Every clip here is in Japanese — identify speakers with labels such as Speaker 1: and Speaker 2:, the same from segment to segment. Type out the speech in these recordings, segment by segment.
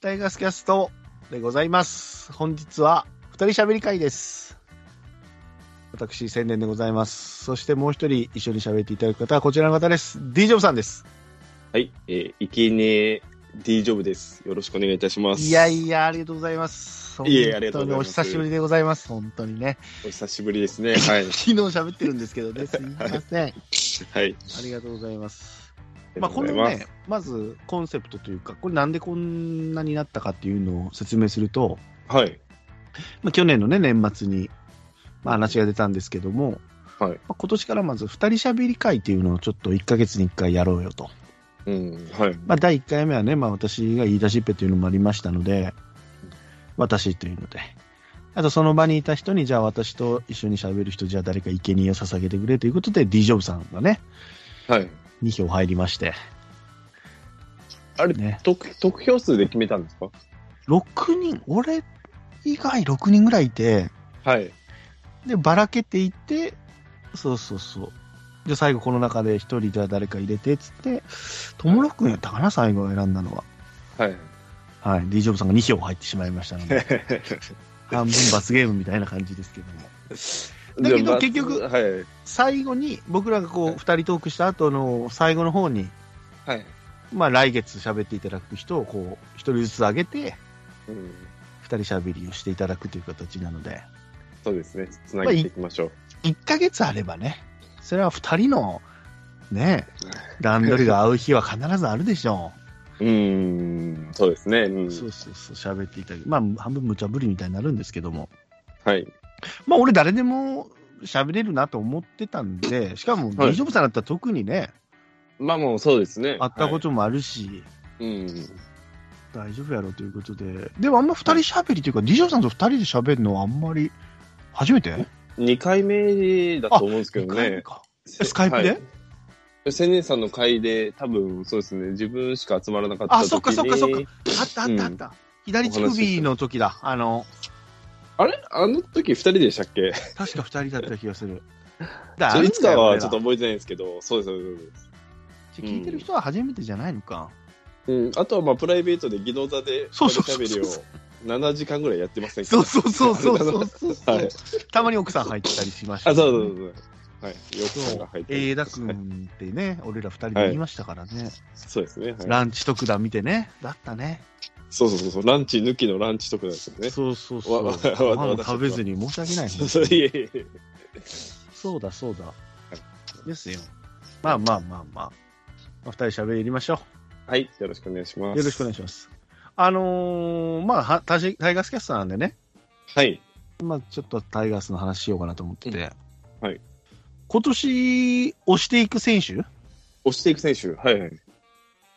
Speaker 1: タイガースキャストでございます。本日は二人喋り会です。私、宣伝でございます。そしてもう一人一緒に喋っていただく方はこちらの方です。D ジョブさんです。
Speaker 2: はい、えー、いけねえ D ジョブです。よろしくお願いいたします。
Speaker 1: いやいや、ありがとうございます。
Speaker 2: いえありがとうございま
Speaker 1: 本当
Speaker 2: す
Speaker 1: にお久しぶりでございます。本当にね。
Speaker 2: お久しぶりですね。はい。
Speaker 1: 昨日喋ってるんですけどね、すみません。
Speaker 2: はい。
Speaker 1: ありがとうございます。
Speaker 2: り
Speaker 1: ま
Speaker 2: が
Speaker 1: あ、こ
Speaker 2: とうご
Speaker 1: の
Speaker 2: ざいます
Speaker 1: ね、まずコンセプトというか、これなんでこんなになったかっていうのを説明すると、
Speaker 2: はい。
Speaker 1: まあ、去年のね、年末に、まあ、話が出たんですけども、
Speaker 2: はい
Speaker 1: まあ、今年からまず二人喋り会っていうのをちょっと1ヶ月に1回やろうよと。
Speaker 2: うん。はい。
Speaker 1: まあ、第1回目はね、まあ、私が言い出しっぺというのもありましたので、私というので。あと、その場にいた人に、じゃあ私と一緒に喋る人、じゃあ誰か生贄を捧げてくれということで、D ジョブさんがね、
Speaker 2: はい。
Speaker 1: 2票入りまして。
Speaker 2: あれ
Speaker 1: ね。
Speaker 2: 得、得票数で決めたんですか
Speaker 1: 6人、俺以外6人ぐらいいて、
Speaker 2: はい。
Speaker 1: で、ばらけていって、そうそうそう。で、最後この中で1人じゃあ誰か入れて、つって、友六君やったかな、最後選んだのは。
Speaker 2: はい。
Speaker 1: はい。D ジョブさんが2票入ってしまいましたの で、半分罰ゲームみたいな感じですけども。だけど
Speaker 2: じゃあ
Speaker 1: 結局
Speaker 2: まあはい。
Speaker 1: 最後に僕らがこう
Speaker 2: はい
Speaker 1: 2人トークした後の最後の方に、
Speaker 2: はい。
Speaker 1: まあ、来月喋っていただく人をこう1人ずつ上げて
Speaker 2: うん。
Speaker 1: 2人喋りをしていただくという形なので
Speaker 2: そうですね。つなげていきましょう。
Speaker 1: 1ヶ月あればねそれは2人のね段取りが合う日は必ずあるでしょ
Speaker 2: うん。そうですね。う
Speaker 1: う、
Speaker 2: ん。
Speaker 1: そうそうそう喋っていただくまあ半分無茶ぶりみたいになるんですけども
Speaker 2: はい。
Speaker 1: まあ俺誰でも喋れるなと思ってたんでしかも
Speaker 2: はい
Speaker 1: 大丈夫さんだったら特にね、
Speaker 2: まあもうそうですね。
Speaker 1: 会ったこ
Speaker 2: は
Speaker 1: ともあるし、
Speaker 2: い。うん。
Speaker 1: 大丈夫やろということで、でもあんま二人しゃべりというか、ディジョさんと二人でしゃべるのはあんまり初めて、
Speaker 2: 2回目だと思うんですけ
Speaker 1: 二
Speaker 2: ど
Speaker 1: 回目
Speaker 2: ね。
Speaker 1: かスカイプで
Speaker 2: はい千年さんの会で、多分そうですね、自分しか集まらなかった時
Speaker 1: あ、
Speaker 2: に。
Speaker 1: そっかそっかそっか、あったあったあった、左乳首の時だ、あの
Speaker 2: あれあの時二人でしたっけ
Speaker 1: 確か二人だった気がす る。だ
Speaker 2: いつかはちょっと
Speaker 1: 俺ら
Speaker 2: 覚えてないんですけど、そうです、そうです。
Speaker 1: じゃあ聞いてる人は初めてじゃないのか、
Speaker 2: うん、あとはまあプライベートで技能座で、
Speaker 1: そうそうそうそう
Speaker 2: おしゃべりを7時間ぐらいやってませんか
Speaker 1: そうそうそうそうそうそうそう、
Speaker 2: はい。あ、
Speaker 1: たまに奥さん入ってたりしました
Speaker 2: そ
Speaker 1: ね、
Speaker 2: うそうそうそう。はい。よくさんが入ってる
Speaker 1: えだくんってね、俺ら二人で言いましたからね、
Speaker 2: そうですね。はい、
Speaker 1: ランチ特段見てね、だったね。
Speaker 2: そうそうそうそう。ランチ抜きのランチ特なんですよね。
Speaker 1: そうそうそう。
Speaker 2: わわ
Speaker 1: ご飯
Speaker 2: わ
Speaker 1: を食べずに申し訳ない。
Speaker 2: そういえいえいえ。
Speaker 1: そうだそうだ。ですよ。まあまあまあまあ。お二人喋りましょ
Speaker 2: はい。よろしくお願いしま
Speaker 1: う。
Speaker 2: す。
Speaker 1: よろしくお願いします。あのーまあはタジ、タイガースキャスターなんでね、
Speaker 2: はい。
Speaker 1: まあちょっとタイガースの話しようかなと思ってて、
Speaker 2: うんはい。
Speaker 1: 今年、押していく選手や
Speaker 2: 押していく選手。はいはい。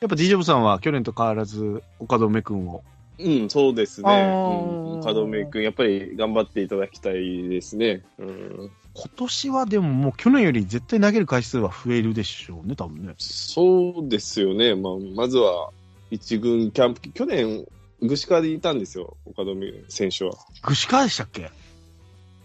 Speaker 1: っぱ d ジョブさんは去年と変わらず、岡留君を。
Speaker 2: うん、そうです
Speaker 1: あ
Speaker 2: ね。
Speaker 1: ー
Speaker 2: うん。門目君、やっぱり頑張っていただきたいですね。うん。
Speaker 1: 今年はでももう去年より絶対投げる回数は増えるでしょうね、多分ね。
Speaker 2: そうですよね、まあ、まずは一軍キャンプ、去年、具志川でいたんですよ、岡留選手は。
Speaker 1: 串川でしたっけ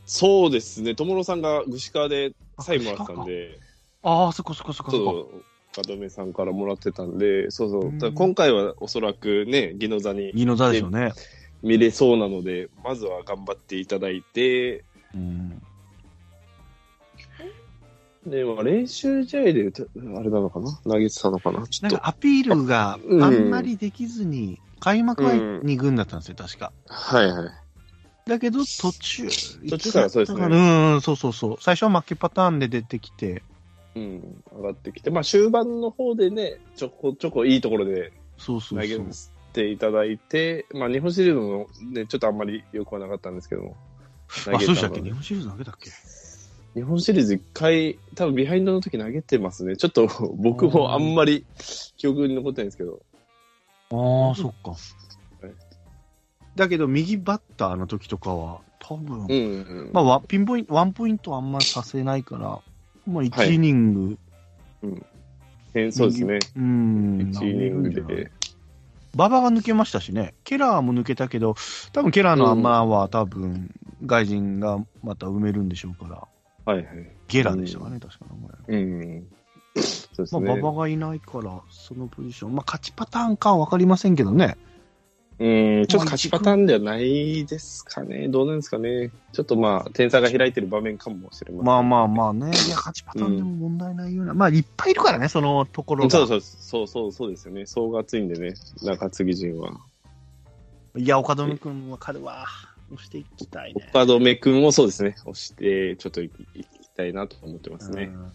Speaker 2: そうですね、友野さんが具志川でサインもらってたんで、
Speaker 1: ああ、そこそこそこ
Speaker 2: そ
Speaker 1: そこ。
Speaker 2: う岡留さんからもらってたんで、そうそうう、
Speaker 1: ん
Speaker 2: だから今回はおそらくね、技能座に
Speaker 1: 二の座でしょうね。
Speaker 2: 見れそうなので、まずは頑張っていただいて、
Speaker 1: うん。
Speaker 2: でまあ、練習試合でたあれなのかな、投げてたのかな、ちょ
Speaker 1: な
Speaker 2: っ
Speaker 1: ん
Speaker 2: と
Speaker 1: か。アピールがあ
Speaker 2: うん
Speaker 1: んまりできずに、開幕は2軍だったんですよ、確か。
Speaker 2: はいはい。
Speaker 1: だけど、途中。
Speaker 2: 途中からそうですね
Speaker 1: うんうん、そうそうそう。最初は負けパターンで出てきて、
Speaker 2: うん、上がってきて、まあ、終盤の方でね、ちょこちょこいいところで
Speaker 1: そうそ
Speaker 2: 投
Speaker 1: う
Speaker 2: げ
Speaker 1: そう。
Speaker 2: ていただいて、まあ、日本シリーズも、ね、ちょっとあんまり良くはなかったんですけども、投
Speaker 1: あ、
Speaker 2: げ
Speaker 1: そうでしたたっ
Speaker 2: の
Speaker 1: け
Speaker 2: で
Speaker 1: 日本シリーズ投げたっけ
Speaker 2: 日本シリーズ1回、多分ビハインドの時投げてますね、ちょっと 僕もあんまり記憶に残ってないんですけど、
Speaker 1: ああ、そっか
Speaker 2: い。
Speaker 1: だけど、右バッターの時とかは、多分、
Speaker 2: うん、うん
Speaker 1: まあ、ワンピンポイント、ワンポイントはあんまさせないから、まあ、
Speaker 2: は
Speaker 1: 1
Speaker 2: い
Speaker 1: イニング、
Speaker 2: 変そうですね、
Speaker 1: うん、
Speaker 2: 1イニン
Speaker 1: 投
Speaker 2: グ
Speaker 1: げるんじゃない
Speaker 2: で、
Speaker 1: 馬場が抜けましたしね、ケラーも抜けたけど、多分ケラーの穴は多分外人がまた埋めるんでしょうから、
Speaker 2: はいはい、
Speaker 1: ゲラーでしたかね、確か名前。
Speaker 2: うん、そうです
Speaker 1: まあ、
Speaker 2: ね、
Speaker 1: 馬場がいないから、そのポジション、まあ、勝ちパターンかは分かりませんけどね、
Speaker 2: うん、ちょっと勝ちパターンではないですかね。どうなんですかね。ちょっとまあ、点差が開いてる場面かもしれません。
Speaker 1: まあまあまあね、いや、勝ちパターンでも問題ないような、まあ、いっぱいいるからね、そのところが。
Speaker 2: そうそうそうそうそうですよね。層が厚いんでね、中継ぎ陣は。
Speaker 1: いや、岡留君、わかるわ。押していきたいね。
Speaker 2: 岡留君もそうですね、押して、ちょっといいきたいなと思ってますね
Speaker 1: う。ん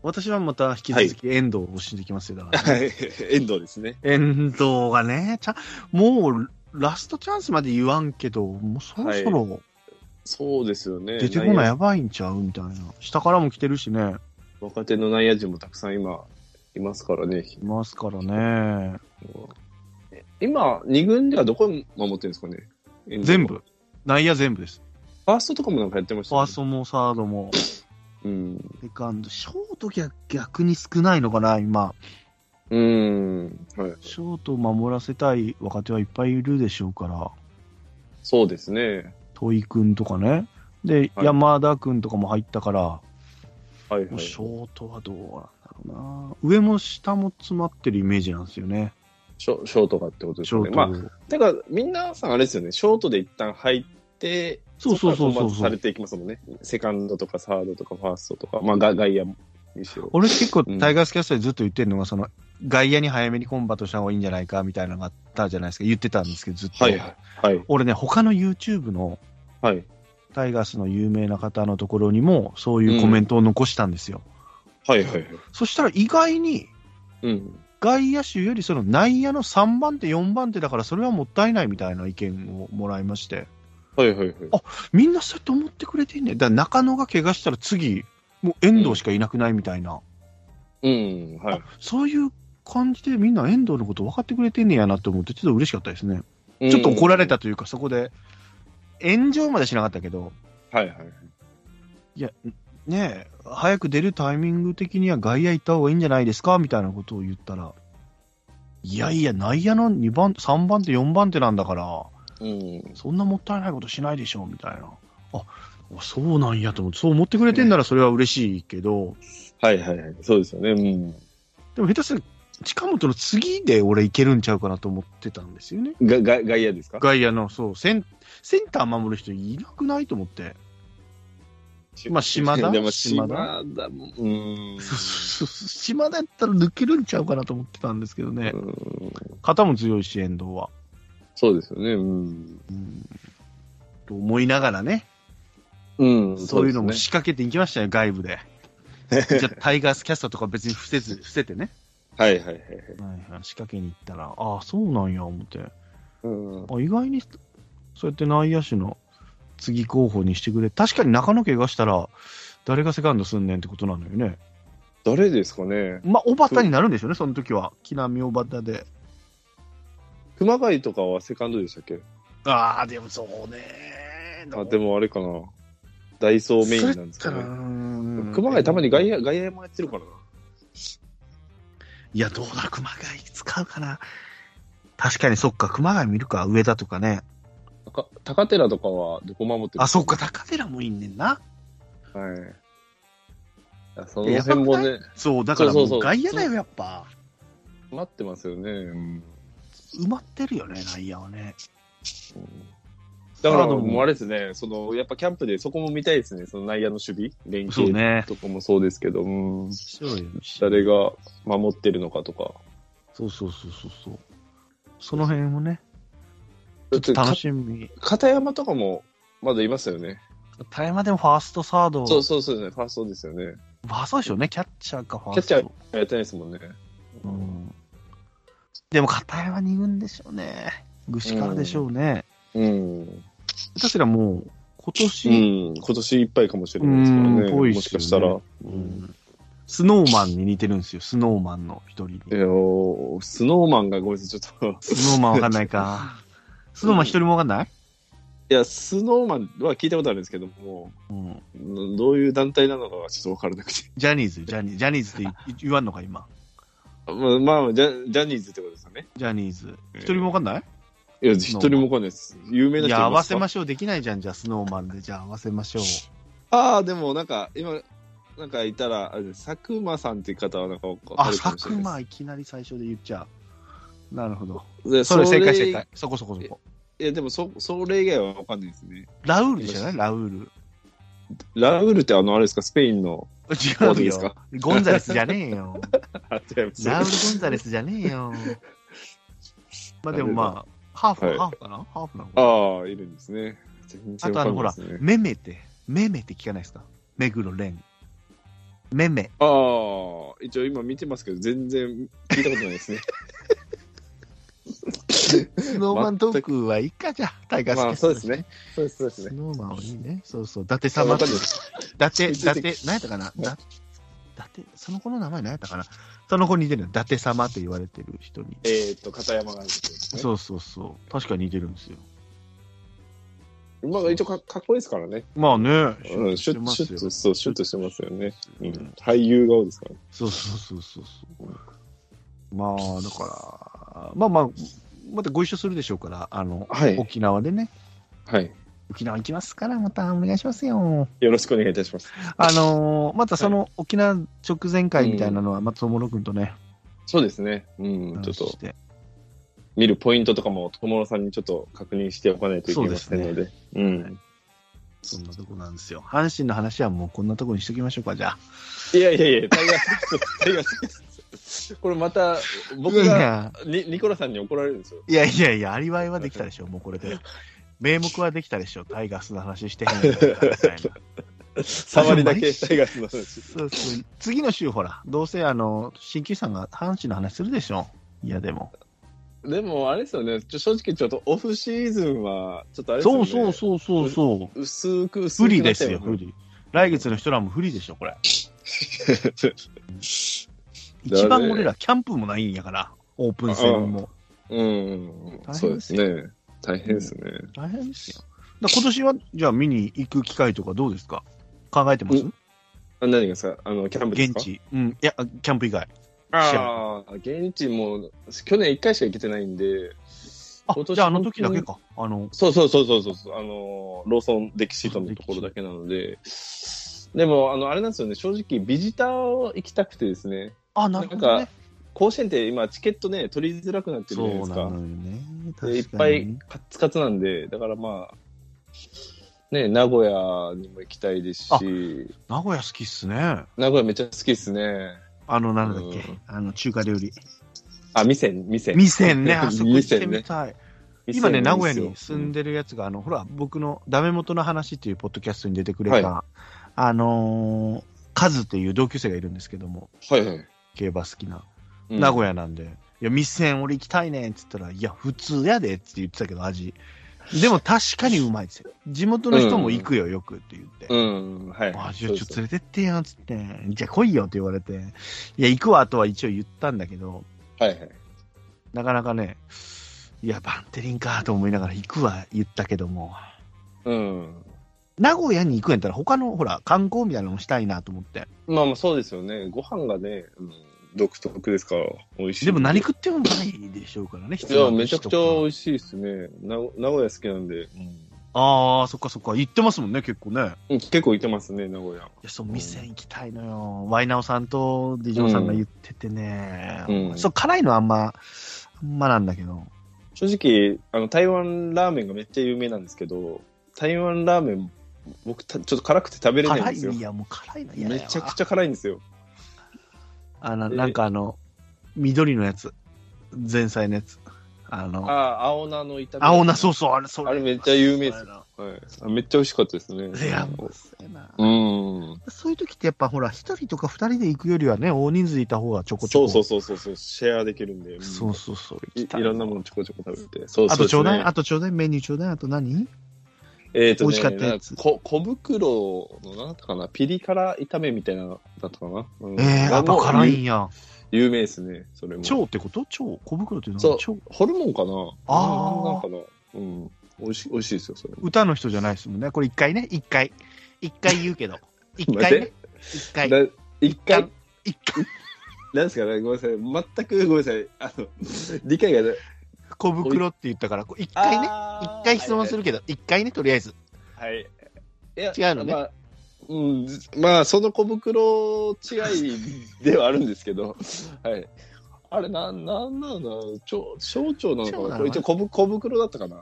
Speaker 1: 私はまた引き続き遠藤を押していきますよ、だからね、
Speaker 2: はい、 遠藤ですね。
Speaker 1: 遠藤がね、ちゃもうラストチャンスまで言わんけど、もうそろそろ
Speaker 2: そうですよね。
Speaker 1: 出てこない
Speaker 2: 内
Speaker 1: やばいんちゃうみたいな。下からも来てるしね、
Speaker 2: 野若手の内野陣もたくさん今、いますからね。
Speaker 1: いますからね。
Speaker 2: 今、二軍ではどこ守ってるんですかね遠藤
Speaker 1: 全部。内野全部です。
Speaker 2: ファーストとかもなんかやってまし
Speaker 1: フ
Speaker 2: た
Speaker 1: ァ
Speaker 2: ね、
Speaker 1: ーストもサードも、
Speaker 2: うん。
Speaker 1: セカンド、ショート逆逆に少ないのかな、今。
Speaker 2: うん。はい。
Speaker 1: ショートを守らせたい若手はいっぱいいるでしょうから、
Speaker 2: そうですね。
Speaker 1: 戸井君とかね。で、
Speaker 2: はい
Speaker 1: 山田君とかも入ったから、
Speaker 2: はい
Speaker 1: も
Speaker 2: は
Speaker 1: う
Speaker 2: い。
Speaker 1: ショートはどうなんだろうな。上も下も詰まってるイメージなんですよね。
Speaker 2: ショショートがってことで
Speaker 1: シ
Speaker 2: す
Speaker 1: ョ
Speaker 2: よ
Speaker 1: ー
Speaker 2: ね。
Speaker 1: ト。
Speaker 2: まあ、だから、みんなさんあれですよね、ショートで一旦入って、
Speaker 1: そうそうそう
Speaker 2: こ
Speaker 1: そ
Speaker 2: か
Speaker 1: う
Speaker 2: らされていきますもんね。セカンドとかサードとかファーストとか、まあ、が外野もいいしよう。
Speaker 1: 俺結構
Speaker 2: うん
Speaker 1: タイガースキャストでずっと言ってるのが、その、外野に早めにコンバートした方がいいんじゃないかみたいなのがあったじゃないですか。言ってたんですけど、ずっと。
Speaker 2: はいはい。はい。
Speaker 1: 俺ね、他の YouTube の
Speaker 2: はい。
Speaker 1: タイガースの有名な方のところにも、そういうコメントを残したんですよ。
Speaker 2: はい。はい。
Speaker 1: そしたら意外に、
Speaker 2: うん。
Speaker 1: 外野手よりその内野の3番手、4番手だから、それはもったいないみたいな意見をもらいまして、
Speaker 2: はい。はい。はい。
Speaker 1: みんなそうやって思ってくれていいんだよ。だから中野が怪我したら次、もう遠藤しかいなくないみたいな、
Speaker 2: うん。はい。
Speaker 1: そういう感じでみんな遠藤のこと分かってくれてんねやなと思って、ちょっと嬉しかったですね。ちょっと怒られたというか、そこで、炎上までしなかったけど、
Speaker 2: うん。はい。はい。
Speaker 1: ねえ、早く出るタイミング的には外野行った方がいいんじゃないですかみたいなことを言ったら、いやいや、内野の2番、3番手、4番手なんだから、
Speaker 2: うん。
Speaker 1: そんなもったいないことしないでしょ、みたいな。あそうなんやと思って、そう思ってくれてんならそれは嬉しいけど、
Speaker 2: はい。はい。はい。そうですよね。うん。
Speaker 1: でも下手する近本の次で俺いけるんちゃうかなと思ってたんですよね。
Speaker 2: が、が、外野ですか
Speaker 1: 外野の、そう、センセンター守る人いなくないと思って。まあ島田
Speaker 2: でも
Speaker 1: 島
Speaker 2: 島
Speaker 1: 田
Speaker 2: 田も。うん。
Speaker 1: 島だったら抜けるんちゃうかなと思ってたんですけどね。
Speaker 2: うん
Speaker 1: 肩も強いし、遠藤は。
Speaker 2: そうですよね。うん。
Speaker 1: うんと思いながらね、
Speaker 2: うん。
Speaker 1: そういうのも
Speaker 2: そ
Speaker 1: 仕掛けていきましたよ、外部 で。じゃあ、タイガースキャストとか別に伏せず、伏せてね。
Speaker 2: うですねはい。はい。はい。はい。
Speaker 1: 仕掛けに行ったら、ああ、そうなんや、思って。あ
Speaker 2: うん。
Speaker 1: 意外に、そうやって内野手の次候補にしてくれ。確かに中野怪我したら、誰がセカンドすんねんってことなのよね。
Speaker 2: 誰ですかね。
Speaker 1: まあ、小畑になるんでしょうね、その時は。木浪小畑で。
Speaker 2: 熊谷とかはセカンドでしたっけ
Speaker 1: ああ、でもそうね。
Speaker 2: あ、でもあれかな。ダイソーメインなんですかね。
Speaker 1: ね
Speaker 2: 熊谷たまに外野、外野もやってるからな。
Speaker 1: いや、どうだろう、熊谷使うかな。確かに、そっか、熊谷見るか、上田とかね。
Speaker 2: 高高寺とかはどこ守ってる
Speaker 1: あ、そっか、高寺もいいねんな。
Speaker 2: はい。あその辺もね、
Speaker 1: そう、だからも
Speaker 2: そう
Speaker 1: う
Speaker 2: そうそう
Speaker 1: 外野だよ、やっぱ。
Speaker 2: 待ってますよね。うん
Speaker 1: 埋まってるよね、内野はね。
Speaker 2: だか
Speaker 1: あ
Speaker 2: ら、
Speaker 1: でも
Speaker 2: もうあれですね、その、やっぱキャンプでそこも見たいですね、その内野の守備、連
Speaker 1: そう
Speaker 2: 携
Speaker 1: ね。
Speaker 2: とかもそうですけど、うん
Speaker 1: そうよね
Speaker 2: 誰が守ってるのかとか。
Speaker 1: そうそうそうそうそう。その辺もね、
Speaker 2: ちょっと
Speaker 1: 楽しみ。
Speaker 2: 片山とかも、まだいますよね。
Speaker 1: 大山でもファースト、サード、
Speaker 2: そうそうそうですね、ファーストですよね。
Speaker 1: ファーストでしょうね、キャッチャーかファースト。
Speaker 2: キャッチやってないですもんね。
Speaker 1: うんでも片山二軍でしょうね。ぐしからでしょうね。
Speaker 2: うん。
Speaker 1: 下手すりゃもう、今
Speaker 2: う
Speaker 1: 年、
Speaker 2: ん、今年いっぱいかもしれないですから
Speaker 1: う
Speaker 2: ね。
Speaker 1: んぽいっすよね
Speaker 2: もしかしたら。うん
Speaker 1: うんスノーマンに似てるんですよ、スノーマンの一人
Speaker 2: え
Speaker 1: に。
Speaker 2: ー、スノーマンがごめんなさい、ちょっと。
Speaker 1: スノーマンわかんないか。スノーマン一人もわかんない、
Speaker 2: いや、スノーマンは聞いたことあるんですけども、
Speaker 1: うん、
Speaker 2: んどういう団体なのかがちょっとわからなくて。
Speaker 1: ジャニーズ、ジャニーズ、ジャニーズって言言わんのか、今。
Speaker 2: まあ、まあ、ジャジャニーズってことですよね。
Speaker 1: ジャニーズ。
Speaker 2: えー
Speaker 1: 一人もわかんない、
Speaker 2: いや、一人もわかんないです。有名ない人
Speaker 1: や、合わせま
Speaker 2: し
Speaker 1: しょうできないじゃん、じゃあ、スノーマンで、じゃあ合わせましょう。
Speaker 2: ああ、でもなんか、今、なんかいたら、あれ佐久間さんっていう方はなんかわか
Speaker 1: あ、
Speaker 2: るか
Speaker 1: 佐
Speaker 2: もしれ
Speaker 1: 久
Speaker 2: ない
Speaker 1: 間、いきなり最初で言っちゃう。なるほど。
Speaker 2: で
Speaker 1: それ正解正
Speaker 2: い
Speaker 1: 解。そこそこそこ。
Speaker 2: や、でもそ、それ以外はわかんないですね。
Speaker 1: ラウールじゃないラウール。
Speaker 2: ラウールってあの、あれですか、スペインのコード
Speaker 1: 違う
Speaker 2: ですか
Speaker 1: よ。ゴンザレスじゃねえよ。
Speaker 2: あ、違います
Speaker 1: ラウール・ゴンザレスじゃねえ よ。まあでもまあ、ハーフ、
Speaker 2: はい
Speaker 1: ハーフかなハーフなのかな
Speaker 2: ああ、いるんですね。全
Speaker 1: あ
Speaker 2: 然
Speaker 1: とあのほら
Speaker 2: わかんないですね、
Speaker 1: メメって、メメって聞かないですか目黒蓮。メメ。
Speaker 2: ああ、一応今見てますけど、全然聞いたことないですね。
Speaker 1: スノーマントークはいいかじゃあ、タイガース
Speaker 2: まあ、そうですね。。そうです、そうです
Speaker 1: ス
Speaker 2: ね。
Speaker 1: ノーマンはいいね。そうそう。伊達
Speaker 2: あ
Speaker 1: 様
Speaker 2: わ
Speaker 1: って
Speaker 2: かんないです
Speaker 1: 伊達、伊達、何やったかなだ伊達、その子の名前何やったかなその子に似てるの。伊達様って言われてる人に。
Speaker 2: えーっと、片山があるんですね。
Speaker 1: そうそうそう。確かに似てるんですよ。
Speaker 2: まあ、一応かかっこいいですからね。
Speaker 1: まあね。
Speaker 2: うん、シュ
Speaker 1: て
Speaker 2: ッ
Speaker 1: ま
Speaker 2: シュ
Speaker 1: す
Speaker 2: ッ
Speaker 1: よ
Speaker 2: と、そう、シュッとしてますよね。う
Speaker 1: うん
Speaker 2: ん、俳優顔ですから。
Speaker 1: そうそうそうそうそう。まあ、だから、まあまあ、またご一緒するでしょうから、あの、
Speaker 2: はい
Speaker 1: 沖縄でね、
Speaker 2: はい。
Speaker 1: 沖縄行きますから、またお願いしますよ。
Speaker 2: よろしくお願いいたします。
Speaker 1: あのーまたその沖縄直前会みたいなのは、また友野君とね、
Speaker 2: そうですね。うん、ちょ
Speaker 1: 話
Speaker 2: っと
Speaker 1: し、て
Speaker 2: 見るポイントとかも、友野さんにちょっと確認しておかないといけませんので。うん。
Speaker 1: そんなとこなんですよ。阪神の話はもうこんなとこにしときましょうか、じゃあ。
Speaker 2: いやいやいや、タイガース、タイガース。 これまた、僕
Speaker 1: い
Speaker 2: が
Speaker 1: や
Speaker 2: に、ニコラさんに怒られるん ですよ。
Speaker 1: いやいやいや、アリバイはできたでしょ、もうこれで。名目はできたでしょ、タイガースの話してへんやつみたいな。
Speaker 2: 触りだけ タイガースの話。
Speaker 1: そうそう。次の週、ほら、どうせ、あの、新旧さんが阪神の話するでしょ。いや、でも。
Speaker 2: でも、あれですよね。ちょ正直、ちょっとオフシーズンは、ちょっとあれですよ
Speaker 1: そう
Speaker 2: ね。
Speaker 1: そうそうそうそう。
Speaker 2: う。薄く、薄く。
Speaker 1: 不利ですよ、不。利。来月の人らも不利でしょ、 これ。一番俺ら、キャンプもないんやから、オープン戦も。
Speaker 2: うん。そうですね。大変ですね。
Speaker 1: 大変ですよ。だ今年は、じゃあ見に行く機会とかどうですか考えてます
Speaker 2: うあ何がですかあの、キャンプです
Speaker 1: 現
Speaker 2: か
Speaker 1: 地。うん。いや、あキャンプ以外。
Speaker 2: ああ、現地も、去年1回しか行けてないんで、
Speaker 1: あ
Speaker 2: 今、年
Speaker 1: じゃああの時だけか。あの、
Speaker 2: そうそうそうそうそうそう、あのーローソンデキシートのところだけなので、でも、あの、あれなんですよね、正直、ビジターを行きたくてですね、
Speaker 1: あ、なるほど
Speaker 2: なん
Speaker 1: ね
Speaker 2: か。甲子園って今、チケットね、取りづらくなってるじ
Speaker 1: そ
Speaker 2: ゃないで
Speaker 1: う
Speaker 2: す
Speaker 1: な
Speaker 2: か。
Speaker 1: のよね。
Speaker 2: でいっ
Speaker 1: 確か
Speaker 2: ぱ
Speaker 1: に
Speaker 2: いカッツカツなんで、だからまあ、ね、名古屋にも行きたいです
Speaker 1: あ
Speaker 2: し、
Speaker 1: 名古屋好きっすね。
Speaker 2: 名古屋めっちゃ好きですね。
Speaker 1: あの、なんだっけ
Speaker 2: うん、
Speaker 1: あの、中華料理。
Speaker 2: あ、店、店。
Speaker 1: 店 ね、あそこ行って
Speaker 2: 店
Speaker 1: み
Speaker 2: ね
Speaker 1: たい。今ね、名古屋に住ん
Speaker 2: で、
Speaker 1: でるやつが、あの、ほら、僕のダメ元の話っていうポッドキャストに出てくれ
Speaker 2: は
Speaker 1: た、あのー、カズっていう同級生がいるんですけども、
Speaker 2: はいはい。
Speaker 1: 競馬好きな。名古屋なんで、いや、店俺行きたいねんって言ったら、いや、普通やでって言ってたけど、味。でも確かにうまいですよ。地元の人も行くよ、よくって言って。
Speaker 2: 屋。うん、はい。
Speaker 1: あじゃあちょっと連れてってやんっつって、じゃあ来いよって言われて、いや、行くわとは一応言ったんだけど、
Speaker 2: はいはい。
Speaker 1: なかなかね、いや、バンテリンかと思いながら行くは言ったけども、
Speaker 2: うん。
Speaker 1: 名古屋に行くんやったら、他のほら、観光みたいなのもしたいなと思って、
Speaker 2: まあまあそうですよね。ご飯がね、うん、独特ですから、美味しい。
Speaker 1: でも何
Speaker 2: い
Speaker 1: 食ってもないでしょうからね、必
Speaker 2: や、
Speaker 1: 要
Speaker 2: めちゃくちゃ美味しいですね。な名古屋好きなんで、
Speaker 1: ああ、そっかそっか、行ってますもんね、結構ね。い
Speaker 2: うん、結構行ってますね、名古屋。
Speaker 1: や、そう、店行きたいのよ。ワイナオさんとディジョンさんが言っててね、
Speaker 2: うん
Speaker 1: そう、辛いのはあんま、あんまなんだけど、
Speaker 2: 正直、あの、台湾ラーメンがめっちゃ有名なんですけど、台湾ラーメン、僕た、ちょっと辛くて食べれないん
Speaker 1: 辛
Speaker 2: ですよ
Speaker 1: い、い。や、もう辛いの嫌だ
Speaker 2: め
Speaker 1: よ
Speaker 2: ちゃくちゃ辛いんですよ。
Speaker 1: あな
Speaker 2: で
Speaker 1: なんかあの、緑のやつ。前菜のやつ。あ
Speaker 2: あ
Speaker 1: の、
Speaker 2: あ、青菜の炒め。
Speaker 1: 青菜、そうそう、あれ、それ。
Speaker 2: あれめっちゃ有名っす
Speaker 1: それ
Speaker 2: はいあめっちゃ美味しかったですね。
Speaker 1: いや、もうそうやな
Speaker 2: うん。
Speaker 1: そういう時ってやっぱほら、一人とか二人で行くよりはね、大人数いた方がちょこちょ
Speaker 2: そ
Speaker 1: こ。
Speaker 2: うそうそうそうそう、シェアできるんで。うん
Speaker 1: そうそうそう
Speaker 2: い
Speaker 1: 行きた
Speaker 2: いろんなものちょこちょこ食べて。そう
Speaker 1: あ
Speaker 2: そう
Speaker 1: と
Speaker 2: です
Speaker 1: ち
Speaker 2: ね
Speaker 1: ょうだい、あとちょうだい、メニューちょうだい、あと何
Speaker 2: えーと
Speaker 1: 美
Speaker 2: ね、
Speaker 1: 味しかったやつ
Speaker 2: なんこ小袋のなんだったかな、ピリ辛炒めみたいなのだったかな。うん
Speaker 1: ええー、やっぱ辛いん。や。
Speaker 2: 有有名ですね、それも。
Speaker 1: 腸ってこと腸小袋っていうの
Speaker 2: そ
Speaker 1: は
Speaker 2: う
Speaker 1: 腸
Speaker 2: ホルモンかな
Speaker 1: あー
Speaker 2: なんかな。うん。美味しい、美味しいですよ、それ。
Speaker 1: 歌の人じゃないですもんね。これ一回ね、一回。一回言うけ ど。一
Speaker 2: 待
Speaker 1: 回
Speaker 2: っ
Speaker 1: ね
Speaker 2: て。
Speaker 1: 一回。
Speaker 2: な一回、
Speaker 1: 一回。
Speaker 2: なんですかね、ごめんなさい。全くごめんなさい。あの、理解がない。
Speaker 1: 小袋って言ったから、こう一回ね。
Speaker 2: あー
Speaker 1: 一回質問するけど、一回ね、とりあえず。
Speaker 2: はいはい。はいいや
Speaker 1: 違うのね
Speaker 2: まあうん、 まあ、その小袋違いではあるんですけど、はい。あれ、なん、なんなんだろう。ちょ小腸なの
Speaker 1: 小腸
Speaker 2: か
Speaker 1: なのか
Speaker 2: な
Speaker 1: な
Speaker 2: これ一応小ぶ小袋だったかな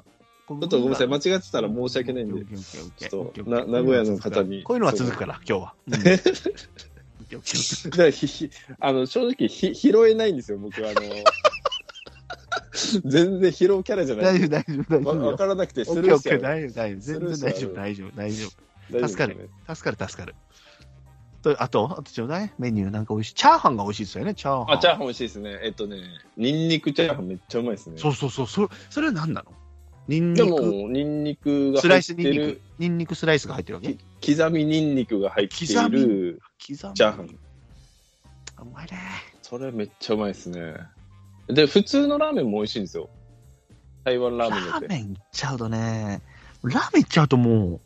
Speaker 1: ちょ
Speaker 2: ちょっとごめんなさい、間違ってたら申し訳ないんで。
Speaker 1: で
Speaker 2: ちょっとな名古屋の方に
Speaker 1: こういうのは続くから、今日は。 うんオッケーオッケーオッケー
Speaker 2: だからひひあの正直ひ拾えないんですよ、僕は。あの全然拾うキャラじゃない。
Speaker 1: 大丈夫、大丈夫、大丈
Speaker 2: わ
Speaker 1: 夫
Speaker 2: わ
Speaker 1: よ。
Speaker 2: からなくて
Speaker 1: オ
Speaker 2: ス
Speaker 1: ッ
Speaker 2: ル
Speaker 1: ケー
Speaker 2: ー
Speaker 1: オ
Speaker 2: し
Speaker 1: ッ
Speaker 2: ちゃ
Speaker 1: ケ
Speaker 2: う
Speaker 1: ー、大丈夫、大
Speaker 2: ス
Speaker 1: 丈
Speaker 2: ル
Speaker 1: 夫。
Speaker 2: ー
Speaker 1: 全
Speaker 2: しちゃう
Speaker 1: 然大丈夫、大丈夫、大丈
Speaker 2: 大丈夫です
Speaker 1: 助か
Speaker 2: かね
Speaker 1: 夫。助かる、助かる。とあと、あとちょうだい。メニューなんか美味しい。チャーハンが美味しいですよね、チャーハン。
Speaker 2: あ、チャーハン美味しいですね。えっとね、ニンニクチャーハンめっちゃうまいですね。
Speaker 1: そうそうそう、それ、それは何なのニンニ
Speaker 2: で
Speaker 1: ク、
Speaker 2: も、ニンニクが
Speaker 1: スラ
Speaker 2: 入っ
Speaker 1: イスニ
Speaker 2: て
Speaker 1: ンニク
Speaker 2: る、、
Speaker 1: ニンニクスライスが入ってるわけ刻
Speaker 2: き刻みニンニクが入ってい
Speaker 1: 刻
Speaker 2: る、
Speaker 1: み。チ
Speaker 2: チャーハン。
Speaker 1: うまいね。
Speaker 2: それめっちゃうまいですね。で、普通のラーメンも美味しいんですよ。台湾ラ
Speaker 1: ラ
Speaker 2: ーメンだって
Speaker 1: ー。メンいっちゃうとね、ラーメンいっちゃうともう、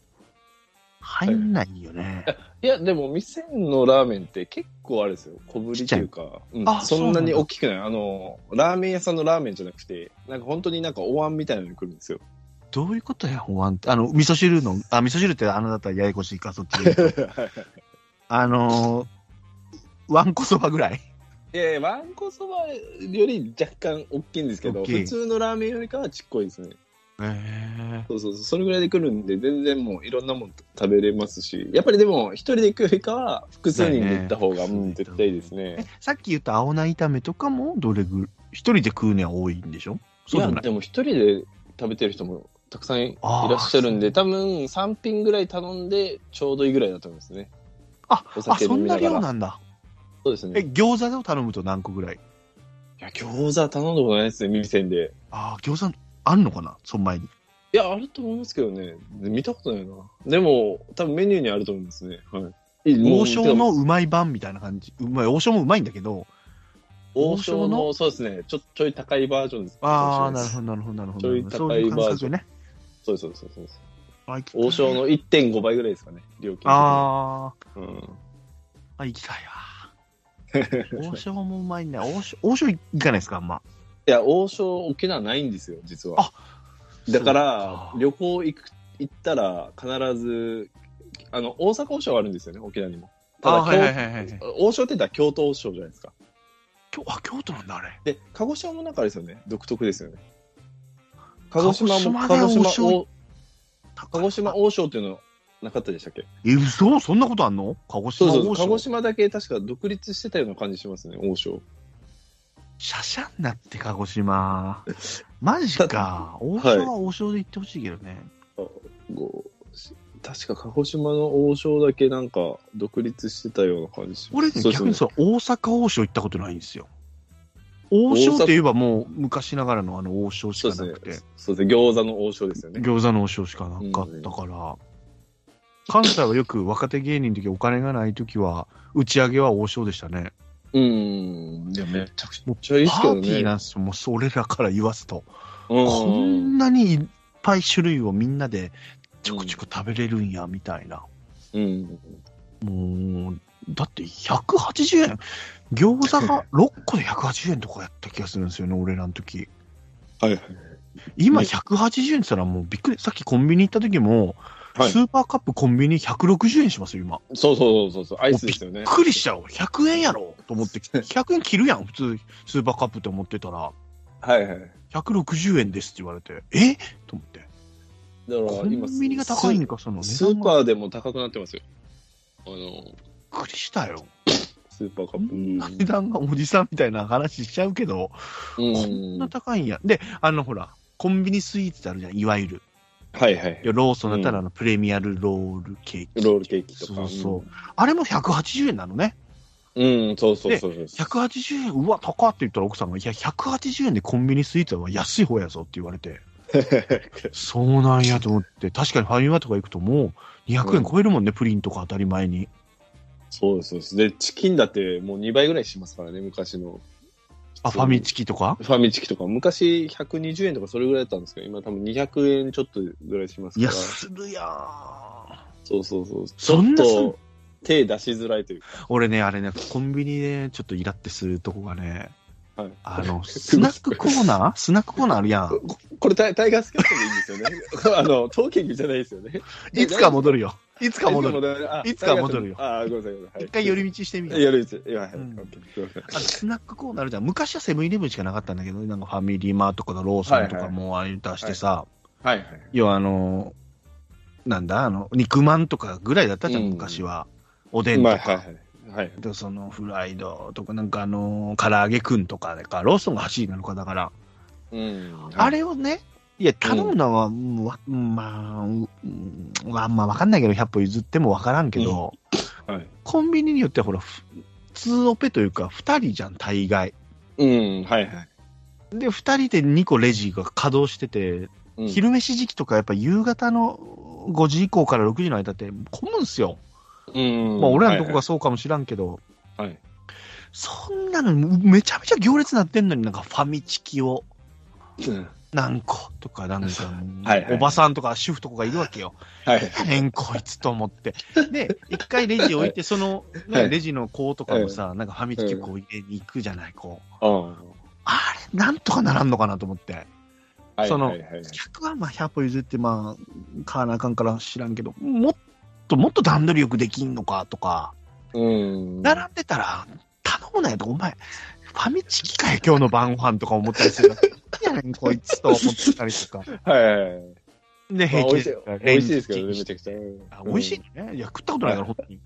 Speaker 1: 入んないよね。
Speaker 2: いや、でも、店のラーメンって結構あれですよ。小ぶりというか、うん
Speaker 1: あ
Speaker 2: そんなに
Speaker 1: そうなんだ
Speaker 2: 大きくない。あの、ラーメン屋さんのラーメンじゃなくて、なんか本当になんかお椀みたいなのに来るんですよ。
Speaker 1: どういうことや、お椀って。あの、味噌汁の、あ、味噌汁ってあのだったらややこしい か、そっちで言うと。あのー、わんこそばぐらい。
Speaker 2: いやいや、わんこそばより若干大きいんですけど、
Speaker 1: 大きい
Speaker 2: 普通のラーメンよりかはちっこいですね。
Speaker 1: へ
Speaker 2: そうそうそう、それぐらいで来るんで、全然もういろんなもん食べれますし、やっぱりでも、一人で行くよりかは、複数人で行った方が、
Speaker 1: だよね
Speaker 2: うん絶対いいですね
Speaker 1: え。、さっき言った青菜炒めとかも、どれぐ、一人で食うには多いんでしょ
Speaker 2: い
Speaker 1: そうで
Speaker 2: や、
Speaker 1: もない。
Speaker 2: でも一人で食べてる人もたくさんい
Speaker 1: あー
Speaker 2: らっしゃるんで、多分3品ぐらい頼んで、ちょうどいいぐらいだと思いますね。
Speaker 1: あ
Speaker 2: お、
Speaker 1: あ、
Speaker 2: 酒
Speaker 1: そ
Speaker 2: 飲
Speaker 1: ん
Speaker 2: み
Speaker 1: な
Speaker 2: ながら
Speaker 1: 量なんだ。
Speaker 2: そうです
Speaker 1: え、
Speaker 2: ね。
Speaker 1: 餃子を頼むと何個ぐらい
Speaker 2: いや、餃子頼んだことないですね、店で。
Speaker 1: あー餃子あんのかなその前に。
Speaker 2: いや、あると思いますけどね。見たことないな。でも、多分メニューにあると思いますね。はい。
Speaker 1: 王将の
Speaker 2: もう、
Speaker 1: うまい版みたいな感じ。うまい、王将もうまいんだけど。
Speaker 2: 王将
Speaker 1: 王
Speaker 2: の、そうですね。ちょ、ちょい高いバージョンです。
Speaker 1: ああ、なる
Speaker 2: ど。
Speaker 1: ほど、なるほど、なるほ
Speaker 2: ちょい
Speaker 1: ど。
Speaker 2: 高い
Speaker 1: そういう感覚ね。
Speaker 2: そうですそうですそうです。
Speaker 1: あ行きたい
Speaker 2: 王将の1.5倍ぐらいですかね、料金的に。
Speaker 1: あ
Speaker 2: うん
Speaker 1: ーあ、行きたい わ。王将もうまいね。王将、王将行かないですかあんま。
Speaker 2: いや、王将、沖縄ないんですよ、実は。
Speaker 1: あ
Speaker 2: だか
Speaker 1: そう
Speaker 2: ら
Speaker 1: か、
Speaker 2: 旅行行く行ったら、必ず、あの、大阪王将はあるんですよね、沖縄にも。ただ、
Speaker 1: あー
Speaker 2: 京
Speaker 1: はいはい。今
Speaker 2: 王将って言ったら京都王将じゃないですか。
Speaker 1: 日、あ、京都なんだ、あれ。
Speaker 2: で、鹿児島もなんかあれですよね、独特ですよね。鹿児島も、
Speaker 1: 鹿
Speaker 2: 鹿
Speaker 1: 児島で
Speaker 2: 児
Speaker 1: 王
Speaker 2: 島
Speaker 1: 将
Speaker 2: 王、鹿児島王将っていうのなかったでしたっけ
Speaker 1: え、嘘そんなことあんの鹿児
Speaker 2: そ
Speaker 1: 島
Speaker 2: うそ
Speaker 1: 王
Speaker 2: う、鹿
Speaker 1: 将
Speaker 2: 児。島だけ確か独立してたような感じしますね、王将。
Speaker 1: シャシャになって、鹿児島。マジか。 王将は王将で行ってほしいけどね。
Speaker 2: こうし確か鹿児島の王将だけなんか独立してたような感じしま
Speaker 1: 俺
Speaker 2: す
Speaker 1: ね、
Speaker 2: そうです
Speaker 1: 逆にその大阪王将行ったことないんですよ。王将って言えばもう昔ながらのあの王将し
Speaker 2: そう
Speaker 1: か
Speaker 2: です
Speaker 1: な
Speaker 2: ね
Speaker 1: くて、。
Speaker 2: そうですね。餃子の王将ですよね。
Speaker 1: 餃子の王将しかなかったから、関西はよく若手芸人の時お金がない時は、打ち上げは王将でしたね。
Speaker 2: うん。いや、めちゃくち
Speaker 1: もう
Speaker 2: ゃいいで
Speaker 1: パ
Speaker 2: すけど
Speaker 1: ー
Speaker 2: ね。
Speaker 1: ティーなんですよ、もうそれらから言わすと。
Speaker 2: う
Speaker 1: こん
Speaker 2: ん。
Speaker 1: なにいっぱい種類をみんなでちょくちょく食べれるんや、みたいな。
Speaker 2: うん。
Speaker 1: もう、だって180円、餃子が6個で180円とかやった気がするんですよね、俺らの時。
Speaker 2: はいはい。
Speaker 1: 今
Speaker 2: ね
Speaker 1: 180円って言ったらもうびっくり。さっきコンビニ行った時も、
Speaker 2: はい
Speaker 1: スーパーカップコンビニ160円しますよ、今。
Speaker 2: そうそうそうそう。アイスですよね
Speaker 1: びっ。くりしちゃう。100円やろと思って、100円切るやん、普通、スーパーカップって思ってたら、
Speaker 2: はいはい。だか
Speaker 1: 160円ですって言われて、えと思って。
Speaker 2: ら
Speaker 1: コ
Speaker 2: 今、
Speaker 1: ンビニが高いんか、その
Speaker 2: ス
Speaker 1: 値
Speaker 2: ー
Speaker 1: 段が。
Speaker 2: パーでも高くなってますよ。あの、
Speaker 1: びっくりしたよ。
Speaker 2: スーパーカ
Speaker 1: こ
Speaker 2: ップ。
Speaker 1: んな値段がおじさんみたいな話しちゃうけど、
Speaker 2: うん
Speaker 1: こんな高いんや。で、あのほら、コンビニスイーツってあるじゃん、いわゆる。
Speaker 2: はいはい。
Speaker 1: ローソンだったらあの、プレミアルロールケーキ。
Speaker 2: ロールケーキとか。
Speaker 1: そうそう。あれも180円なのね。
Speaker 2: うん。うん、そうそうそうそう。
Speaker 1: 180円、うわ、高っって言ったら奥さんが、いや、180円でコンビニスイーツは安い方やぞって言われて、そうなんやと思って、確かにファミマとか行くともう200円超えるもんね、プリンとか当たり前に。
Speaker 2: そうです、そうです。で、チキンだってもう2倍ぐらいしますからね、昔の。
Speaker 1: あ、ファミチキとか
Speaker 2: ファミチキとか。昔120円とかそれぐらいだったんですけど、今多分200円ちょっとぐらいします
Speaker 1: い
Speaker 2: か
Speaker 1: や、
Speaker 2: ら。
Speaker 1: するやん。
Speaker 2: そうそうそう。ち
Speaker 1: そ
Speaker 2: ょ
Speaker 1: ん
Speaker 2: っ
Speaker 1: な
Speaker 2: と手出しづらいというか。
Speaker 1: 俺ね、あれね、コンビニでちょっとイラってするとこがね、
Speaker 2: はい
Speaker 1: あの、スナックコーナースナックコーナーあるやん。
Speaker 2: これタイタイガースキャットでいいんですよね。あの、当研究じゃないですよね。
Speaker 1: いつか戻るよ。いつか戻る。
Speaker 2: る
Speaker 1: いつか戻るよ
Speaker 2: あ、ごめんなさい、ごめんなさい。
Speaker 1: 一回寄
Speaker 2: り
Speaker 1: り道してみ
Speaker 2: 道。
Speaker 1: る。
Speaker 2: 寄り道。いや、はい。
Speaker 1: うん
Speaker 2: オッケーすいません
Speaker 1: あのスナックコーナーあるじゃん。昔はセブンイレブンしかなかったんだけど、なんかファミリーマートとかローソンと
Speaker 2: はい
Speaker 1: か
Speaker 2: はい
Speaker 1: もあれ出してさ、
Speaker 2: はいはい。
Speaker 1: 要はあの、なんだ、あの、肉まんとかぐらいだったじゃん、
Speaker 2: うん
Speaker 1: 昔は。おでんと
Speaker 2: ま
Speaker 1: か。
Speaker 2: あ、はいはい。はい。
Speaker 1: でそのフライドとか、なんかあの、唐揚げくんとかでか、ローソンが8位なのか、だから、
Speaker 2: うん。
Speaker 1: あれをね、いや、頼むのは、うんわまあ、ううんまあ、まあ、わかんないけど、100歩譲ってもわからんけど、
Speaker 2: はい。
Speaker 1: コンビニによってはほら、ふ2オペというか、2人じゃん、大概。
Speaker 2: うん、はいはい
Speaker 1: で、2人で2個レジが稼働してて、
Speaker 2: うん。
Speaker 1: 昼飯時期とか、やっぱ夕方の5時以降から6時の間って混むんすよ。
Speaker 2: うん。
Speaker 1: まあ、俺らのとこ
Speaker 2: は
Speaker 1: がそうかもしらんけど、
Speaker 2: いはい。はい
Speaker 1: そんなのめちゃめちゃ行列なってんのになんかファミチキを
Speaker 2: うん
Speaker 1: 何個とかなんかもう
Speaker 2: はいはい
Speaker 1: おばさんとか主婦とかがいるわけよ。
Speaker 2: はい。
Speaker 1: 変こいつと思って。で、一回レジ置いて、その、
Speaker 2: は
Speaker 1: ね、
Speaker 2: い
Speaker 1: レジの子とかもさ、なんかファミチキこう入れに行くじゃない、こう。
Speaker 2: うん
Speaker 1: あれ、なんとかならんのかなと思って。
Speaker 2: はい
Speaker 1: その
Speaker 2: はいはいはい
Speaker 1: 客はまあ100歩譲ってまあ、買わなあかんから知らんけど、もっともっと段取りよくできんのかとか、
Speaker 2: うん。
Speaker 1: 並んでたら、頼むなよと、お前、ファミチキかよ、今日の晩ご飯とか思ったりする。いやね ん、こいつと思ってたりとか。
Speaker 2: はいはいはい。
Speaker 1: で、
Speaker 2: まあ
Speaker 1: 平
Speaker 2: 美
Speaker 1: 気
Speaker 2: 味しい美味しいですけどね、めちゃくちゃ。
Speaker 1: あ美味しいね。いや、食ったことないから、本当に。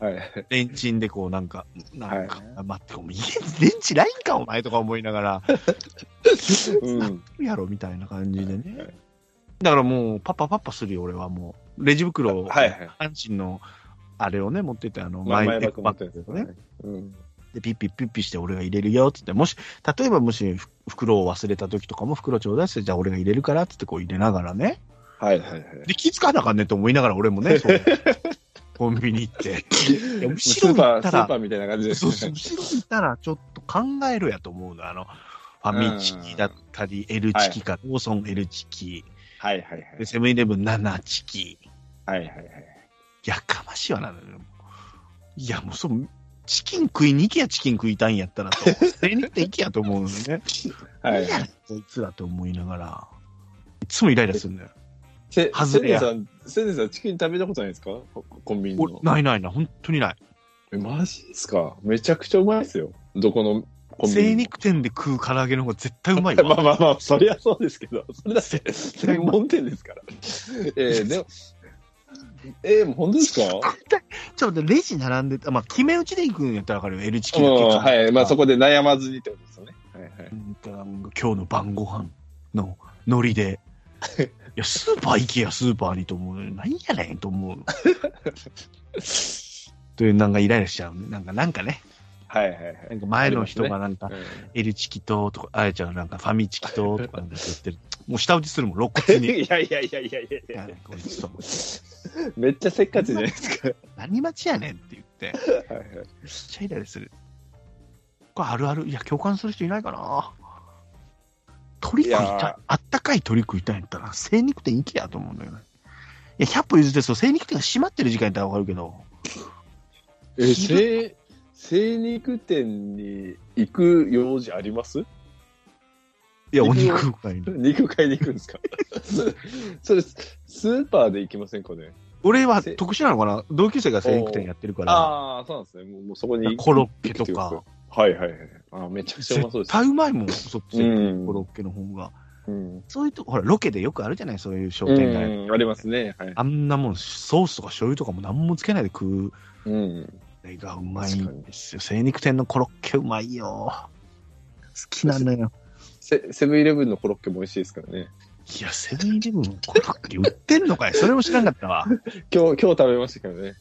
Speaker 2: うん。はい。
Speaker 1: レンチンでこう、なんか、なんか、
Speaker 2: は
Speaker 1: 待って、お前、レンチないんか、お前とか思いながら、
Speaker 2: うん。
Speaker 1: やろ、みたいな感じでね。だからもう、パッパパッパするよ、俺はもう。レジ袋を、
Speaker 2: はいはい
Speaker 1: 阪神の、あれをね、持ってって、あの、
Speaker 2: まあ前
Speaker 1: テッ
Speaker 2: バック
Speaker 1: ク
Speaker 2: 持
Speaker 1: バ
Speaker 2: っ
Speaker 1: ッ
Speaker 2: てるん
Speaker 1: グ
Speaker 2: です
Speaker 1: と
Speaker 2: よ
Speaker 1: かね
Speaker 2: ね。。うん。
Speaker 1: で、ピッピッピッピッして俺が入れるよ、つって、もし、例えばもし、ふ袋を忘れた時とかも袋ちょうだいっつって、じゃあ俺が入れるから、つってこう入れながらね。
Speaker 2: はいはいはい。
Speaker 1: で、気づかなあかんねって思いながら俺も ね、そうコンビニ行って。いや
Speaker 2: ス
Speaker 1: 後ろに
Speaker 2: ー
Speaker 1: 行っ
Speaker 2: パー、
Speaker 1: た
Speaker 2: スー
Speaker 1: ら
Speaker 2: パ、ーみたいな感じです
Speaker 1: そうそう、
Speaker 2: ね。
Speaker 1: 後ろにいたらちょっと考えろやと思うの。あの、ファミチキだったり、L チキか、ローソン L チキ、
Speaker 2: はいはいはい
Speaker 1: で。セブンイレブン7チキ。
Speaker 2: はいはいはい。
Speaker 1: やかましいわな、いや、もうそう、チキン食いに行けやチキン食いたいんやったらと、それに行って行けやと思うのね。
Speaker 2: はい
Speaker 1: いや、こいつらと思いながら、いつもイライラするんだよ。
Speaker 2: せ、
Speaker 1: 外
Speaker 2: せ
Speaker 1: れや
Speaker 2: ねさん、せねさん、チキン食べたことないですかココンビニ
Speaker 1: 俺
Speaker 2: の。
Speaker 1: ないないない、本当にない。
Speaker 2: え、マジですかめちゃくちゃうまいですよ。どこのコンビニ。
Speaker 1: 精肉店で食う唐揚げの方が絶対うまい
Speaker 2: ま
Speaker 1: わ。
Speaker 2: あまあまあ、そりゃそうですけど、それだ って、
Speaker 1: 対う
Speaker 2: 専
Speaker 1: まい
Speaker 2: 門店ですから。え ー、でも、えー、本当ですか
Speaker 1: ちょっと待ってレジ並んでた、まあ、決め打ちで行くんやったらわかるよ、L チキ
Speaker 2: うん、
Speaker 1: の結果
Speaker 2: はい。まあそこで悩まずにってことですよね。はいはい。
Speaker 1: うんとなんか今日の晩ご飯のノリ で、いや、スーパー行けや、スーパーにと思う。なんやねんと思う。という、なんかイライラしちゃうね。なんか、なんかね、
Speaker 2: はいはいはい。
Speaker 1: なんか前の人がなんか、
Speaker 2: うん
Speaker 1: エルチキと、とか、あやちゃんがなんかファミチキと、とかなんか言ってる。もう下打ちするもん、露骨 に。い
Speaker 2: いやいやいやいやいやい
Speaker 1: やな
Speaker 2: や
Speaker 1: んかこいつと思って
Speaker 2: めっちゃせっかちじゃ ないですか。
Speaker 1: 何待ちやねんって言って、めっ
Speaker 2: はいはい
Speaker 1: ちゃイライラする。これあるある、いや、共感する人いないかな。鳥食い
Speaker 2: い
Speaker 1: たい
Speaker 2: や。
Speaker 1: あったかい鳥食いたいんやったら、精肉店行けやと思うんだよね。いや、100歩譲って、そう、精肉店が閉まってる時間やったらわかるけど、
Speaker 2: え、精、精肉店に行く用事あります
Speaker 1: いや、お
Speaker 2: 行くよ
Speaker 1: 肉買いに。
Speaker 2: 肉買いに行くんですか それ、スーパーで行きませんかね
Speaker 1: 俺は特殊なのかな同級生が精肉店やってるから、
Speaker 2: ああ、そうなんですね。もうもうそこに。
Speaker 1: コロッケと
Speaker 2: 行
Speaker 1: か
Speaker 2: くってこ、とはいはいはい。あーめちゃくちゃうまそう
Speaker 1: 絶
Speaker 2: ですね。
Speaker 1: 対うまいもん、そっちで
Speaker 2: うん
Speaker 1: コロッケの方が。
Speaker 2: うん。
Speaker 1: そういうとこ、ほら、ロケでよくあるじゃない、そういう商
Speaker 2: う
Speaker 1: 店街。
Speaker 2: ん、ありますね。はい。
Speaker 1: あんなもん、ソースとか醤油とかも何もつけないで食う
Speaker 2: うん。
Speaker 1: のがうまいんですよ。精肉店のコロッケうまいよ。好きなのよ。
Speaker 2: セセブンイレブンのコロッケも美味しいですからね。
Speaker 1: いや、セブンイレブンのコロッケ売ってんのかいそれも知らんかったわ。
Speaker 2: 今日、今日食べましたけどね。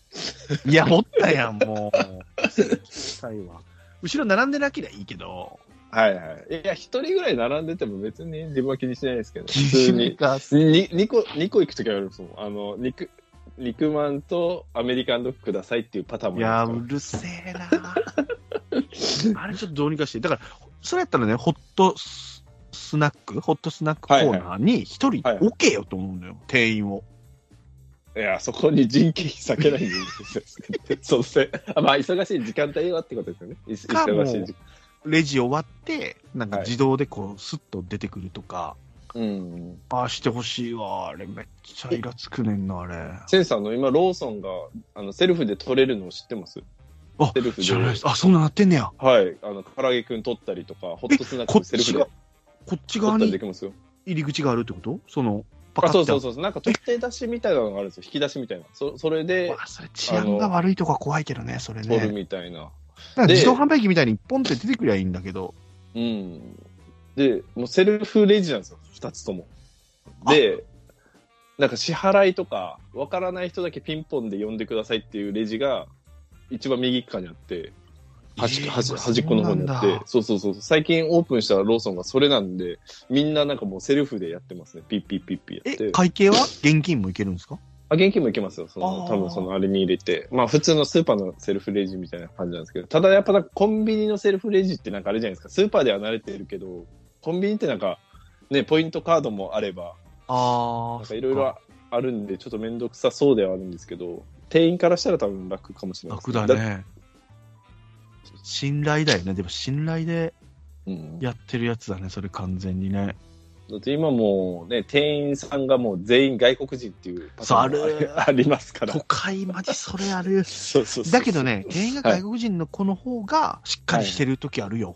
Speaker 1: いや、もったやん、も う。最後は後ろ並んでなけりゃいいけど、
Speaker 2: はいはい。いや、一人ぐらい並んでても別に自分は気にしないですけど、普通
Speaker 1: 君
Speaker 2: に。
Speaker 1: が
Speaker 2: に2個、二個行くときはあるんですもん。あの、肉、肉まんとアメリカンドッグくださいっていうパターン
Speaker 1: い
Speaker 2: も
Speaker 1: や
Speaker 2: あり
Speaker 1: ー、
Speaker 2: ま
Speaker 1: うるせえな ーあれちょっとどうにかして。だから、それやったらね、ホットススナック、ホットスナックコーナーに一人
Speaker 2: はいはい
Speaker 1: 置けよと思うんだよ、店員を。
Speaker 2: すから。いや、そこに人件費避けないんですよ。 そして、あまあ、忙しい時間帯はってことですよね。い
Speaker 1: かも
Speaker 2: 忙しい時間。
Speaker 1: レジ終わって、なんか
Speaker 2: はい
Speaker 1: 自動でこう、スッと出てくるとか、
Speaker 2: うん。
Speaker 1: ああ、してほしいわ。あれ、めっちゃイラつくねんな、あれ。
Speaker 2: センさんの今、ローソンが、あの、セルフで取れるのを知ってます
Speaker 1: あ
Speaker 2: セルフで
Speaker 1: 知らないです。あ、そんなんなってんねや。
Speaker 2: はい。あの、唐揚げくん取ったりとか、ホットスナッ
Speaker 1: こっ
Speaker 2: クセル
Speaker 1: ち
Speaker 2: フ
Speaker 1: が
Speaker 2: で、
Speaker 1: こっち
Speaker 2: 取
Speaker 1: 側
Speaker 2: った
Speaker 1: に
Speaker 2: りで
Speaker 1: 入
Speaker 2: きますよ。
Speaker 1: り口があるってことその、パ
Speaker 2: あ、そうそう
Speaker 1: そ
Speaker 2: そうそう。なんか取って出しみたいなのがあるんですよ。引き出しみたいな。そそれで、
Speaker 1: わあ、それ治安が悪いとか怖いけどね、それ
Speaker 2: 取る
Speaker 1: ね。
Speaker 2: みたいな。
Speaker 1: なんか
Speaker 2: で
Speaker 1: 自動販売機みたいにポンって出てくりゃいいんだけど。
Speaker 2: うん。で、もうセルフレジなんですよ。二つとも。で、なんか支払いとか、わからない人だけピンポンで呼んでくださいっていうレジが、一番右側にあって、端,、
Speaker 1: えー
Speaker 2: 端端っこの方にあ
Speaker 1: そうな
Speaker 2: って
Speaker 1: んだ
Speaker 2: そうそうそう。最近オープンしたローソンがそれなんで、みんななんかもうセルフでやってますね。ピッピッピッピやっ
Speaker 1: え、
Speaker 2: て。
Speaker 1: 会計は現金もいけるんですか
Speaker 2: あ、現金もいけますよ。そ
Speaker 1: あー
Speaker 2: の、多分そのあれに入れて。まあ普通のスーパーのセルフレジみたいな感じなんですけど、ただやっぱなんかコンビニのセルフレジってなんかあれじゃないですか。スーパーでは慣れてるけど、コンビニってなんか、ね、ポイントカードもあれば、
Speaker 1: あ
Speaker 2: なん
Speaker 1: あ、
Speaker 2: かいろいろあるんで、ちょっとめんどくさそうではあるんですけど、店員からしたら多分楽かもしれないです
Speaker 1: 楽だ。ね。信頼だよね。でも信頼で
Speaker 2: うん、
Speaker 1: やってるやつだね、それ完全にね。
Speaker 2: だって今もうね、店員さんがもう全員外国人っていうパターンも
Speaker 1: そうある
Speaker 2: ありますから
Speaker 1: 都。会までそれある。
Speaker 2: そうそうそう
Speaker 1: だけどね、店員が外国人の子の方がしっかりしてる時あるよ。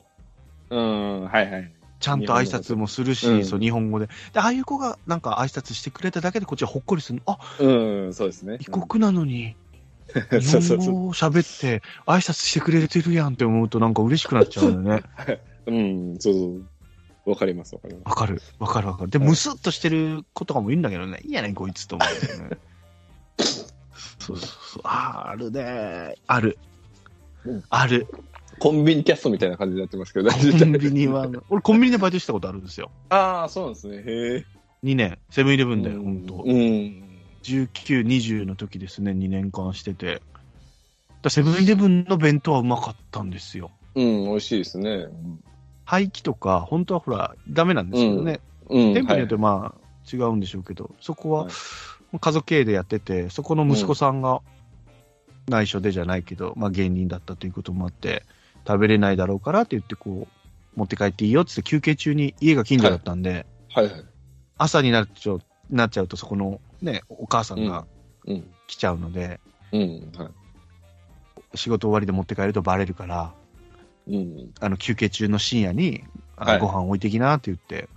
Speaker 2: うん、はいはい。
Speaker 1: ちゃんと挨拶もするし、
Speaker 2: 日本語で
Speaker 1: そう日本語で。で、ああいう子がなんか挨拶してくれただけでこっちはほっこりするの。あ、
Speaker 2: うん、そうですね。
Speaker 1: 異国なのに、
Speaker 2: うん
Speaker 1: 日
Speaker 2: そうそうそう
Speaker 1: 本。語を喋って挨拶してくれてるやんって思うとなんか嬉しくなっちゃうんだよね。
Speaker 2: うん、そうそう。わかります、わかりま
Speaker 1: わかる、わかるわかる。で、
Speaker 2: はい
Speaker 1: ムスっとしてる子とかもいるんだけどね、いいやねん、こいつと思うんだよね。そう そうそう。あーあるね。ある
Speaker 2: うん。
Speaker 1: ある。
Speaker 2: す。コンビニキャストみたいな感じになってますけど、
Speaker 1: コンビニは。俺、コンビニでバイトしたことあるんですよ。
Speaker 2: ああ、そうなんですね。へえ。
Speaker 1: 2年、セブンイレブ
Speaker 2: う
Speaker 1: ンで、本当
Speaker 2: うん。
Speaker 1: 19、20の時ですね、2年間してて。だからセブンイレブンの弁当はうまかったんですよ。
Speaker 2: うん、美味しいですね。
Speaker 1: 廃棄とか、本当はほら、ダメなんですけどね。
Speaker 2: うん。
Speaker 1: 店舗によって
Speaker 2: は
Speaker 1: まあ、違うんでしょうけど、そこは
Speaker 2: はい
Speaker 1: 家族経営でやってて、そこの息子さんが内緒でじゃないけど、まあ芸人だったということもあって、食べれないだろうからって言って、こう、持って帰っていいよってって休憩中に家が近所だったんで、
Speaker 2: いはいはい。
Speaker 1: 朝になっちゃうなっちゃうと、そこのね、お母さんが
Speaker 2: うん。
Speaker 1: 来ちゃうので、
Speaker 2: うん。は
Speaker 1: 仕事終わりで持って帰るとバレるから、
Speaker 2: い。うん。
Speaker 1: あの休憩中の深夜に、あの
Speaker 2: はい
Speaker 1: ご飯置いてきなって言って、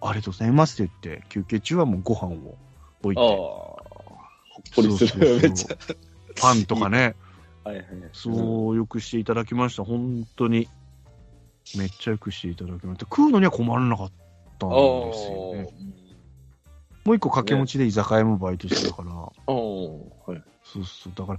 Speaker 1: ありがとうございますって言って、休憩中はもうご飯を置い
Speaker 2: ああ。
Speaker 1: て、
Speaker 2: ほっこりす
Speaker 1: そう
Speaker 2: る。めっ
Speaker 1: そう
Speaker 2: ち
Speaker 1: そ
Speaker 2: ゃ
Speaker 1: う。パンとかね、
Speaker 2: はいはい。
Speaker 1: そう、よくしていただきました、本当に。めっちゃよくしていただきました。食うのには困らなかったん
Speaker 2: あ
Speaker 1: ですよね。もう一個掛け持ちで居酒屋もバイトしてたから、
Speaker 2: あ。ああ。はい。
Speaker 1: そうそう、だから、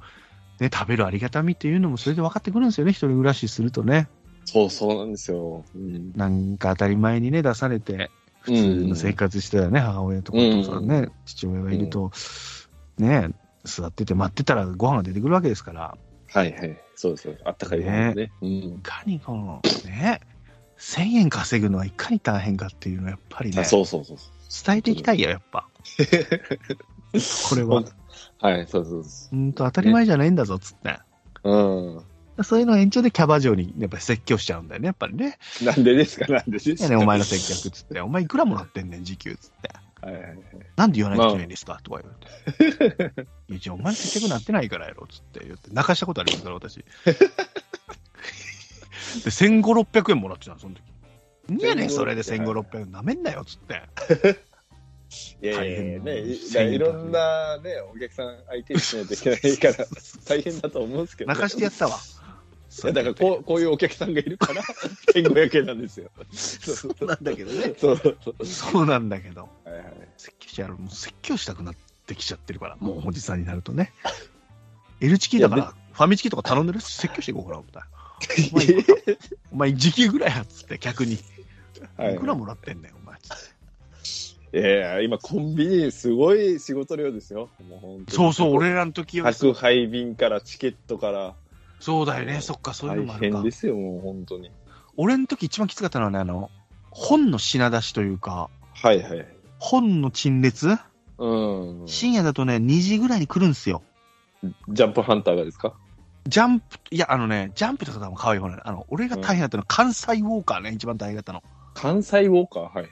Speaker 1: ね、食べるありがたみっていうのもそれで分かってくるんですよね、一人暮らしするとね。
Speaker 2: そうそうなんですよ。うん。
Speaker 1: なんか当たり前にね、出されて、普通の生活してたらね、母親とかお父さんね、父親がいると、ね、座ってて待ってたらご飯が出てくるわけですから。
Speaker 2: はいはい。そうですよ。あったかいですね。うん
Speaker 1: い。かにこのね1000円稼ぐのはいかに大変かっていうのはやっぱりね
Speaker 2: あそうそうそう。
Speaker 1: 伝えていきたいよやっ ぱこれは
Speaker 2: はい、そうそうそう。
Speaker 1: うんと当たり前じゃないんだぞっつって、
Speaker 2: うん。
Speaker 1: そういうの延長でキャバ嬢にやっぱり説教しちゃうんだよねやっぱりね
Speaker 2: なんでですか、なん
Speaker 1: 「
Speaker 2: でで
Speaker 1: い
Speaker 2: す
Speaker 1: や
Speaker 2: か。
Speaker 1: ねお前の接客」っつって「お前いくらもらってんねん時給」っつって
Speaker 2: はいはいはい。
Speaker 1: 「なんで言わないといけないんですか?」とか言われて 「いやじゃあお前接客なってないからやろ」っつって言って泣かしたことありますから私で1500600円もらってたのその時「んやねんそれで1500600円なめんなよ」っつって
Speaker 2: いやいやいや、ね、
Speaker 1: 大変
Speaker 2: いやいろんなね、お客さん相手にしないといけないから、 大変だと思うんですけど、
Speaker 1: 泣かしてやってたわ。
Speaker 2: いやだからこう、こういうお客さんがいるから、1500円なんですよ。そう
Speaker 1: そうなんだけどね。
Speaker 2: そうそう。
Speaker 1: そうなんだけど。
Speaker 2: はいはい。
Speaker 1: 説教してやる。もう説教したくなってきちゃってるから、もうおじさんになると ね。L チキだか
Speaker 2: い
Speaker 1: ら、ファミチキとか頼んでるし、説教していこうほら、みたいな。お前いくら、お前時給ぐらいやっつって、逆に。い
Speaker 2: はい
Speaker 1: くらもらってんだよ、お前。
Speaker 2: いやいや、今コンビニすごい仕事量ですよ。もう本当に
Speaker 1: そうそう、。俺らの時は、
Speaker 2: 宅配便からチケットから
Speaker 1: そうだよね、そっか、そういうの
Speaker 2: 大
Speaker 1: もある
Speaker 2: 変
Speaker 1: か
Speaker 2: で。すよ、もう本当に。
Speaker 1: 俺の時一番きつかったのはね、あの、本の品出しというか、
Speaker 2: はいはい。
Speaker 1: 本の陳列
Speaker 2: うん。ジ
Speaker 1: 深夜だとね、2時ぐらいに来るんですよ。
Speaker 2: ャンプハンターがですか
Speaker 1: ジャンプ、いや、あのね、ジャンプとか多分可愛い方なの。あの、俺が大変だったのは、関西ウォーカーね、一番大変だったの。
Speaker 2: 関西ウォーカーはい。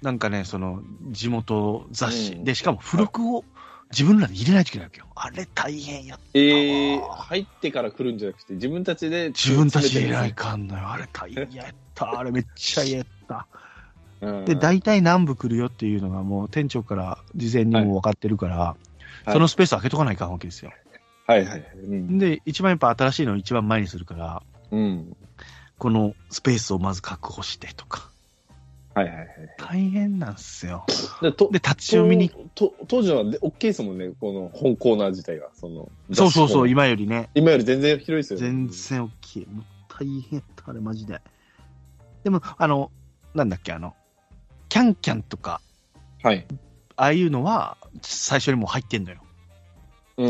Speaker 1: なんかね、その、地元雑誌、
Speaker 2: うん
Speaker 1: で、しかも付録を自分らで入れないといけないわけよ。あれ大変やったわ。
Speaker 2: えー、入ってから来るんじゃなくて、自分たちで。
Speaker 1: 自分たちで入れないかんのよ。あれ大変やった。あれめっちゃ嫌やった。
Speaker 2: うん。
Speaker 1: で、大体南部来るよっていうのがもう店長から事前にもう分かってるから、
Speaker 2: い
Speaker 1: そのスペース開けとかないかんわけですよ。
Speaker 2: はいはい。うん。
Speaker 1: で、一番やっぱ新しいのを一番前にするから、
Speaker 2: うん。
Speaker 1: このスペースをまず確保してとか。
Speaker 2: はいはいはい。
Speaker 1: 大変なんですよ。
Speaker 2: で、と
Speaker 1: で、、立ち読みに、
Speaker 2: とと当時はで大きいですもんね、この本コーナー自体が。その
Speaker 1: そうそうそう、
Speaker 2: 今。
Speaker 1: 今よりね、
Speaker 2: 今より全然広いですよね。
Speaker 1: 全然大きい。もう大変やった、あれマジで。でも、あの、なんだっけ、あの、キャンキャンとか、
Speaker 2: はい。
Speaker 1: ああいうのは、最初にもう入ってんのよ。
Speaker 2: う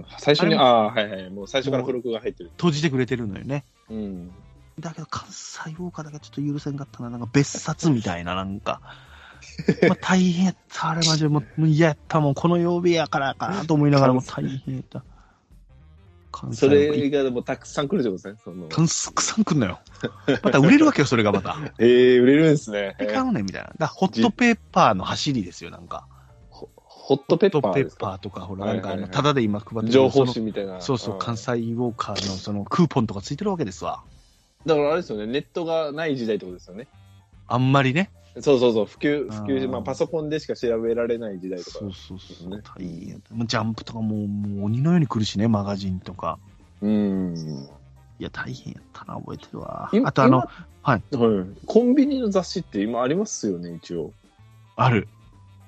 Speaker 2: ん。最初に、
Speaker 1: あれ
Speaker 2: ああー、はいはい。もう最初から付録が入ってる。
Speaker 1: 閉じてくれてるのよね。
Speaker 2: うん。
Speaker 1: だけど関西ウォーカーだけちょっと許せんかったな、なんか別冊みたいな、なん か。まあ大変やった、あれマジで、もうもう嫌やった、もうこの曜日やからかなと思いながらも大変やった。関西
Speaker 2: そ
Speaker 1: ウォーカー
Speaker 2: れがもうたくさん来るってことですね。その
Speaker 1: たくさん来んのよ。また売れるわけよ、それがまた。
Speaker 2: えー、売れるんですね。
Speaker 1: いかんねんみたいな。だからホットペッパーの走りですよ、なんか。
Speaker 2: ホホットペッ
Speaker 1: ホ
Speaker 2: パ
Speaker 1: ット
Speaker 2: ー
Speaker 1: ペ
Speaker 2: です
Speaker 1: ッ
Speaker 2: か
Speaker 1: パーとか、ほら、なんかあ
Speaker 2: はいはい
Speaker 1: の、
Speaker 2: はい
Speaker 1: ただで今配ってる
Speaker 2: 情報
Speaker 1: そ
Speaker 2: 誌
Speaker 1: の
Speaker 2: みたいな。
Speaker 1: そうそう、
Speaker 2: ん
Speaker 1: 関西ウォーカーのそのクーポンとかついてるわけですわ。
Speaker 2: だからあれですよね、ネットがない時代ってことですよね。
Speaker 1: あんまりね。
Speaker 2: そうそうそう、普及、普
Speaker 1: う
Speaker 2: 及、
Speaker 1: ん
Speaker 2: まあパソコンでしか調べられない時代とか
Speaker 1: そ。うそうそう。
Speaker 2: ね
Speaker 1: 大変。もうジャンプとかもう、もう鬼のように来るしね、マガジンとか。
Speaker 2: うん。
Speaker 1: いや、大変やったな、覚えてるわ。
Speaker 2: 今
Speaker 1: あとあの、はい。
Speaker 2: 今はい。コンビニの雑誌って今ありますよね、一応。
Speaker 1: ある。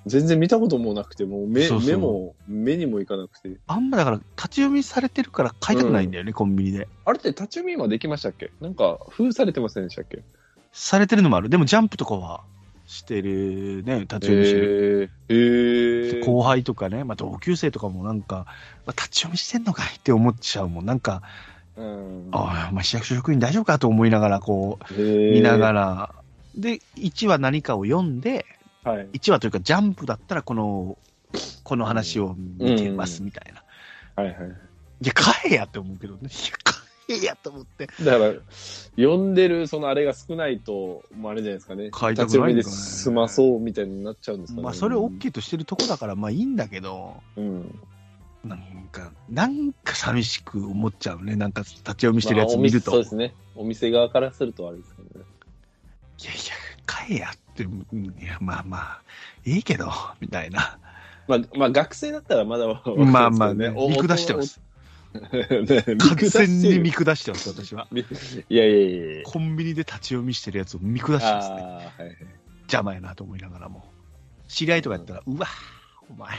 Speaker 2: 全然見たこともなくて、もう目
Speaker 1: そうそう
Speaker 2: 目も、目にもいかなくて。
Speaker 1: あんまだから、立ち読みされてるから買いたくないんだよね、コンビニで。
Speaker 2: あれって立ち読み今できましたっけなんか、封されてませんでしたっけ
Speaker 1: されてるのもある。でも、ジャンプとかはしてるね、立ち読みしてる。
Speaker 2: ええー。
Speaker 1: 後輩とかね、まあ、同級生とかもなんか、まあ、立ち読みしてんのかいって思っちゃうもん。なんか、
Speaker 2: うん。
Speaker 1: ああ、お前市役所職員大丈夫かと思いながら、こ
Speaker 2: え
Speaker 1: う、
Speaker 2: ー
Speaker 1: 見ながら、で、1話何かを読んで、
Speaker 2: はい。
Speaker 1: 1話というかジャンプだったらこの、この話を見てます
Speaker 2: うん
Speaker 1: みたいな。
Speaker 2: はいはい。
Speaker 1: いや、買えやって思うけどね。いや、買えやと思って。
Speaker 2: だから、読んでる、そのあれが少ないと、もうあれじゃないですかね。
Speaker 1: 買いた
Speaker 2: 立
Speaker 1: く
Speaker 2: ち
Speaker 1: な
Speaker 2: 読
Speaker 1: い
Speaker 2: み
Speaker 1: ん
Speaker 2: で
Speaker 1: ですかね
Speaker 2: 済まそうみたいになっちゃうんですかね。
Speaker 1: まあ、それを OK としてるとこだから、まあいいんだけど、
Speaker 2: うん。
Speaker 1: なんか、なんか寂しく思っちゃうね。なんか立ち読みしてるやつ見ると。
Speaker 2: まあお店そうですね。お店側からするとあれですけどね。
Speaker 1: いやいや、買えやって、うんいや、まあまあ、いいけど、みたいな。
Speaker 2: まあ、まあ、学生だったらまだわかるんですけど
Speaker 1: まあまあね、見下してま。す。
Speaker 2: おお
Speaker 1: 完
Speaker 2: 見下
Speaker 1: 全
Speaker 2: して
Speaker 1: に
Speaker 2: る
Speaker 1: 見下してます、私は。
Speaker 2: いやいやいやいや。
Speaker 1: コンビニで立ち読みしてるやつを見下してますね。
Speaker 2: ああ、はいはい。
Speaker 1: 邪魔やなと思いながらも。知り合いとかやったら、うわ、お前、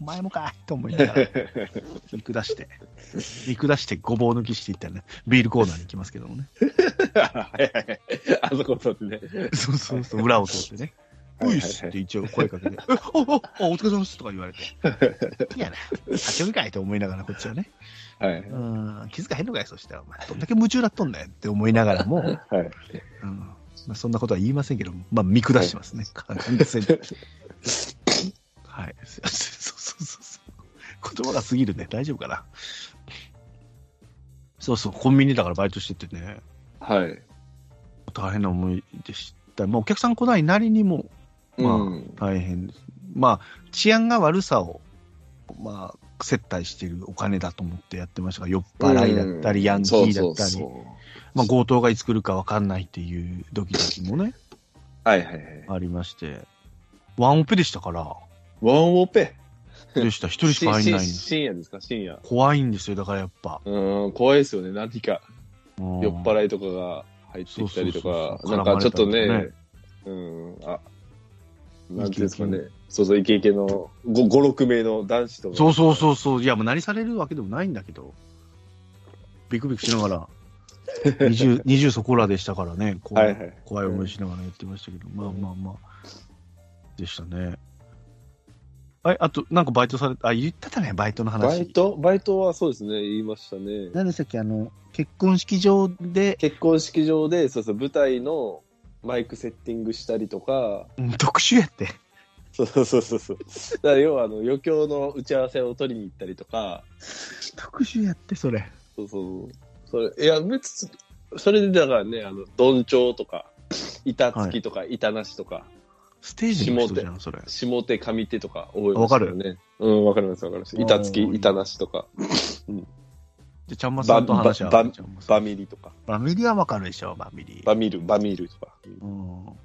Speaker 1: お前もかいと思いながら、見下して、見下してごぼう抜きしていったらね、ビールコーナーに行きますけどもね。
Speaker 2: はいはいはい。あそこ通ってね。
Speaker 1: そうそうそう、裏を通ってね。ういっすって一応声かけて、えあ、あ、あ、お疲れ様ですとか言われて。いやな、立ち読みかいと思いながら、こっちはね。
Speaker 2: はいはい。
Speaker 1: うん気づかへんのかいそしたらお前どんだけ夢中だっとんねんって思いながらも、うん
Speaker 2: はい。
Speaker 1: まあ、そんなことは言いませんけどもまあ見下してますね、完全にはいそうそうそうそう言葉が過ぎるね大丈夫かなそうそうコンビニだからバイトしててね
Speaker 2: はい。
Speaker 1: 大変な思いでした、まあ、お客さん来ないなりにもまあ
Speaker 2: うん。
Speaker 1: 大変ですまあ治安が悪さをまあ接待しているお金だと思ってやってましたが酔っ払いだったり、ヤンキ
Speaker 2: そう
Speaker 1: ーだ
Speaker 2: そう
Speaker 1: ったり
Speaker 2: そう
Speaker 1: まあ、強盗がいつ来るか分かんないっていうドキドキもね、
Speaker 2: はいはいはい。
Speaker 1: ありまして、ワンオペでしたから、
Speaker 2: ワンオペ。
Speaker 1: で した、一人しか入んないんで
Speaker 2: し
Speaker 1: す。
Speaker 2: 深夜ですか深夜。
Speaker 1: 怖いんですよ、だからやっぱ。
Speaker 2: うーん、怖いですよね。何か
Speaker 1: 酔
Speaker 2: 酔っ払いとかが入ってきたりと
Speaker 1: そうそう
Speaker 2: か
Speaker 1: そ、う
Speaker 2: なんかちょっと
Speaker 1: 絡まれた
Speaker 2: ね
Speaker 1: り、
Speaker 2: うん、あ、なんていうんですかね。そうそう、イケイケの5、6名の男子とか。
Speaker 1: そうそうそうそう、いや、もう何されるわけでもないんだけど、ビクビクしながら、20, 20そこらでしたからね、怖,、
Speaker 2: はいいはい。
Speaker 1: 怖い思いしながらやってましたけど、まあまあまあ、でしたね。ああと、なんかバイトされあ、言ってたね、バイトの話。
Speaker 2: バイトバイトはそうですね、言いましたね。
Speaker 1: 何でしたっけ、あの、結婚式場で、
Speaker 2: 結婚式場で、そうそう、舞台のマイクセッティングしたりとか、
Speaker 1: うん特殊やって。
Speaker 2: そうそうそうそうそう。だから要はあの余興の打ち合わせを取りに行ったりとか、
Speaker 1: 特殊やって、それ。
Speaker 2: そうそう。それ、いや、別に、それでだからね、あの、どんちょうとか、板付きとか、板なしとか、
Speaker 1: ステージの人じゃん、それ。
Speaker 2: 下手、上手とか覚え
Speaker 1: わ
Speaker 2: ます
Speaker 1: か
Speaker 2: よ
Speaker 1: る
Speaker 2: ね。うん、わかります、わかります。板付
Speaker 1: うん
Speaker 2: き、板なしとか、
Speaker 1: で、ちゃんまさんと話し合
Speaker 2: ば
Speaker 1: う
Speaker 2: ば
Speaker 1: ちゃんまさん
Speaker 2: バミリとか、
Speaker 1: バミリはわかるでしょ、バミリ。
Speaker 2: バミル、バミルとか。
Speaker 1: うん、も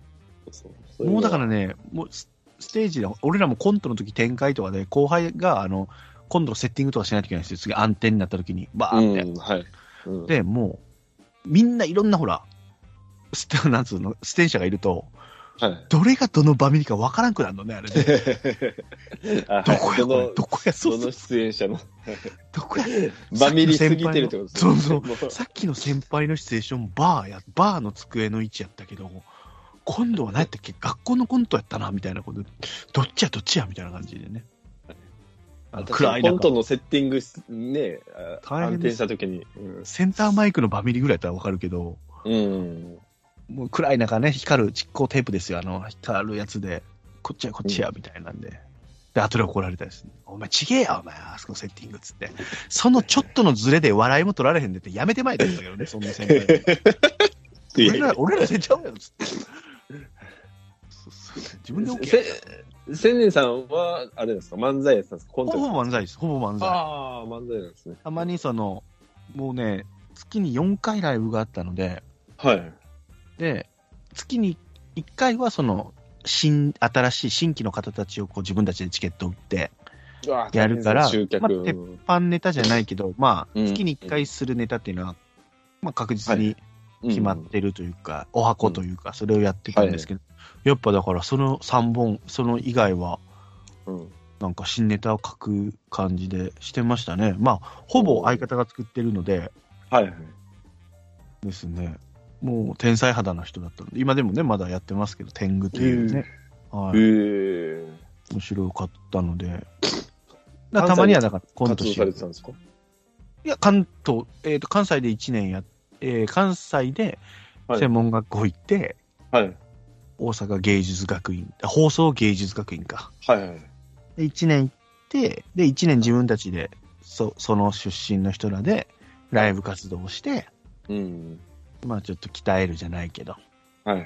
Speaker 2: そうそう、
Speaker 1: うだかららね、もうスステージで、俺らもコントの時展開とかで、後輩が、あの、今度のセッティングとかしないといけないんですよ。次、暗転になった時に、バ
Speaker 2: う
Speaker 1: ーって。
Speaker 2: ん、はい。うん
Speaker 1: で、もう、みんないろんなほら、ス テ、なんつうの、出演者がいると、
Speaker 2: はい。
Speaker 1: どれがどのバミリかわからんくなるのね、あれで。
Speaker 2: あ
Speaker 1: どこ
Speaker 2: はい
Speaker 1: や、
Speaker 2: ど
Speaker 1: これ
Speaker 2: の
Speaker 1: どこや、そう
Speaker 2: ど
Speaker 1: そう
Speaker 2: の出演者の
Speaker 1: どこ や。
Speaker 2: バミリすぎてるってことですね。
Speaker 1: そう
Speaker 2: そう
Speaker 1: さっきの先輩のシチュエーション、バーや、バーの机の位置やったけど、今度は何やったっけ、学校のコントやったな、みたいなこと、どっちやどっちや、みたいな感じでね。あ の暗い
Speaker 2: コント
Speaker 1: 中、
Speaker 2: のセッティングしね、あ
Speaker 1: 大
Speaker 2: 暗
Speaker 1: 変で
Speaker 2: 転
Speaker 1: す
Speaker 2: したときに。うん
Speaker 1: センターマイクのバミリぐらいだったらわかるけど、
Speaker 2: うん。
Speaker 1: もう暗い中ね、光る蓄光テープですよ、あの、光るやつで、こっちやこっちや、みたいなんで。で、後で怒られたりする。お前、ちげえや、お前、あそこのセッティングっつって。そのちょっとのズレで笑いも取られへんでって、やめてまいって言ったけどね、そんな先輩。
Speaker 2: いや
Speaker 1: 俺
Speaker 2: い
Speaker 1: ら
Speaker 2: や、
Speaker 1: 俺らせちゃうやろつって。そうそう自分で OK
Speaker 2: せ、千年さんは、あれなんですか、漫才やってたんですか、コント
Speaker 1: ほ
Speaker 2: やって
Speaker 1: ぼ漫才です、ほぼ漫
Speaker 2: た
Speaker 1: 才。
Speaker 2: ああ、漫才なんですね。
Speaker 1: たまにその、もうね、月に4回ライブがあったので、
Speaker 2: はい。
Speaker 1: で、月に1回はその、新、新しい新規の方たちをこう自分たちでチケット売って、
Speaker 2: うわ
Speaker 1: やるから
Speaker 2: 大変ですね集客。
Speaker 1: まあて
Speaker 2: うん
Speaker 1: パンネタじゃないけど、まあ、
Speaker 2: うん
Speaker 1: 月に1回するネタっていうのは、まあ確実に決まってるというか、お箱というか、それをやってたんですけど、やっぱだからその3本、その以外は、
Speaker 2: うんうん
Speaker 1: なんか新ネタを書く感じでしてましたね。まあ、ほぼ相方が作ってるので
Speaker 2: はいはい。
Speaker 1: ですね、もう天才肌の人だったので、今でもね、まだやってますけど、天狗というね、はい、
Speaker 2: ええ。
Speaker 1: 面白かったので、だからたまにはだからコン
Speaker 2: 活
Speaker 1: ト
Speaker 2: 動
Speaker 1: し
Speaker 2: さ
Speaker 1: よう
Speaker 2: れて
Speaker 1: い
Speaker 2: たんですか
Speaker 1: や、関東、えー、と関西で1年やえー関西で
Speaker 2: はい
Speaker 1: 専門学校行って、
Speaker 2: はい。
Speaker 1: 大阪芸術学院、あ放送芸術学院か。
Speaker 2: はいはい。
Speaker 1: で、1年行って、で、1年自分たちで、そその出身の人らで、ライブ活動をして、
Speaker 2: うん。
Speaker 1: まあちょっと鍛えるじゃないけど、
Speaker 2: はいはい。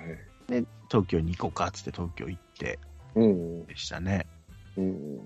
Speaker 1: 東京に行こうかっつって東京行って
Speaker 2: うん。
Speaker 1: でしたね。
Speaker 2: うん。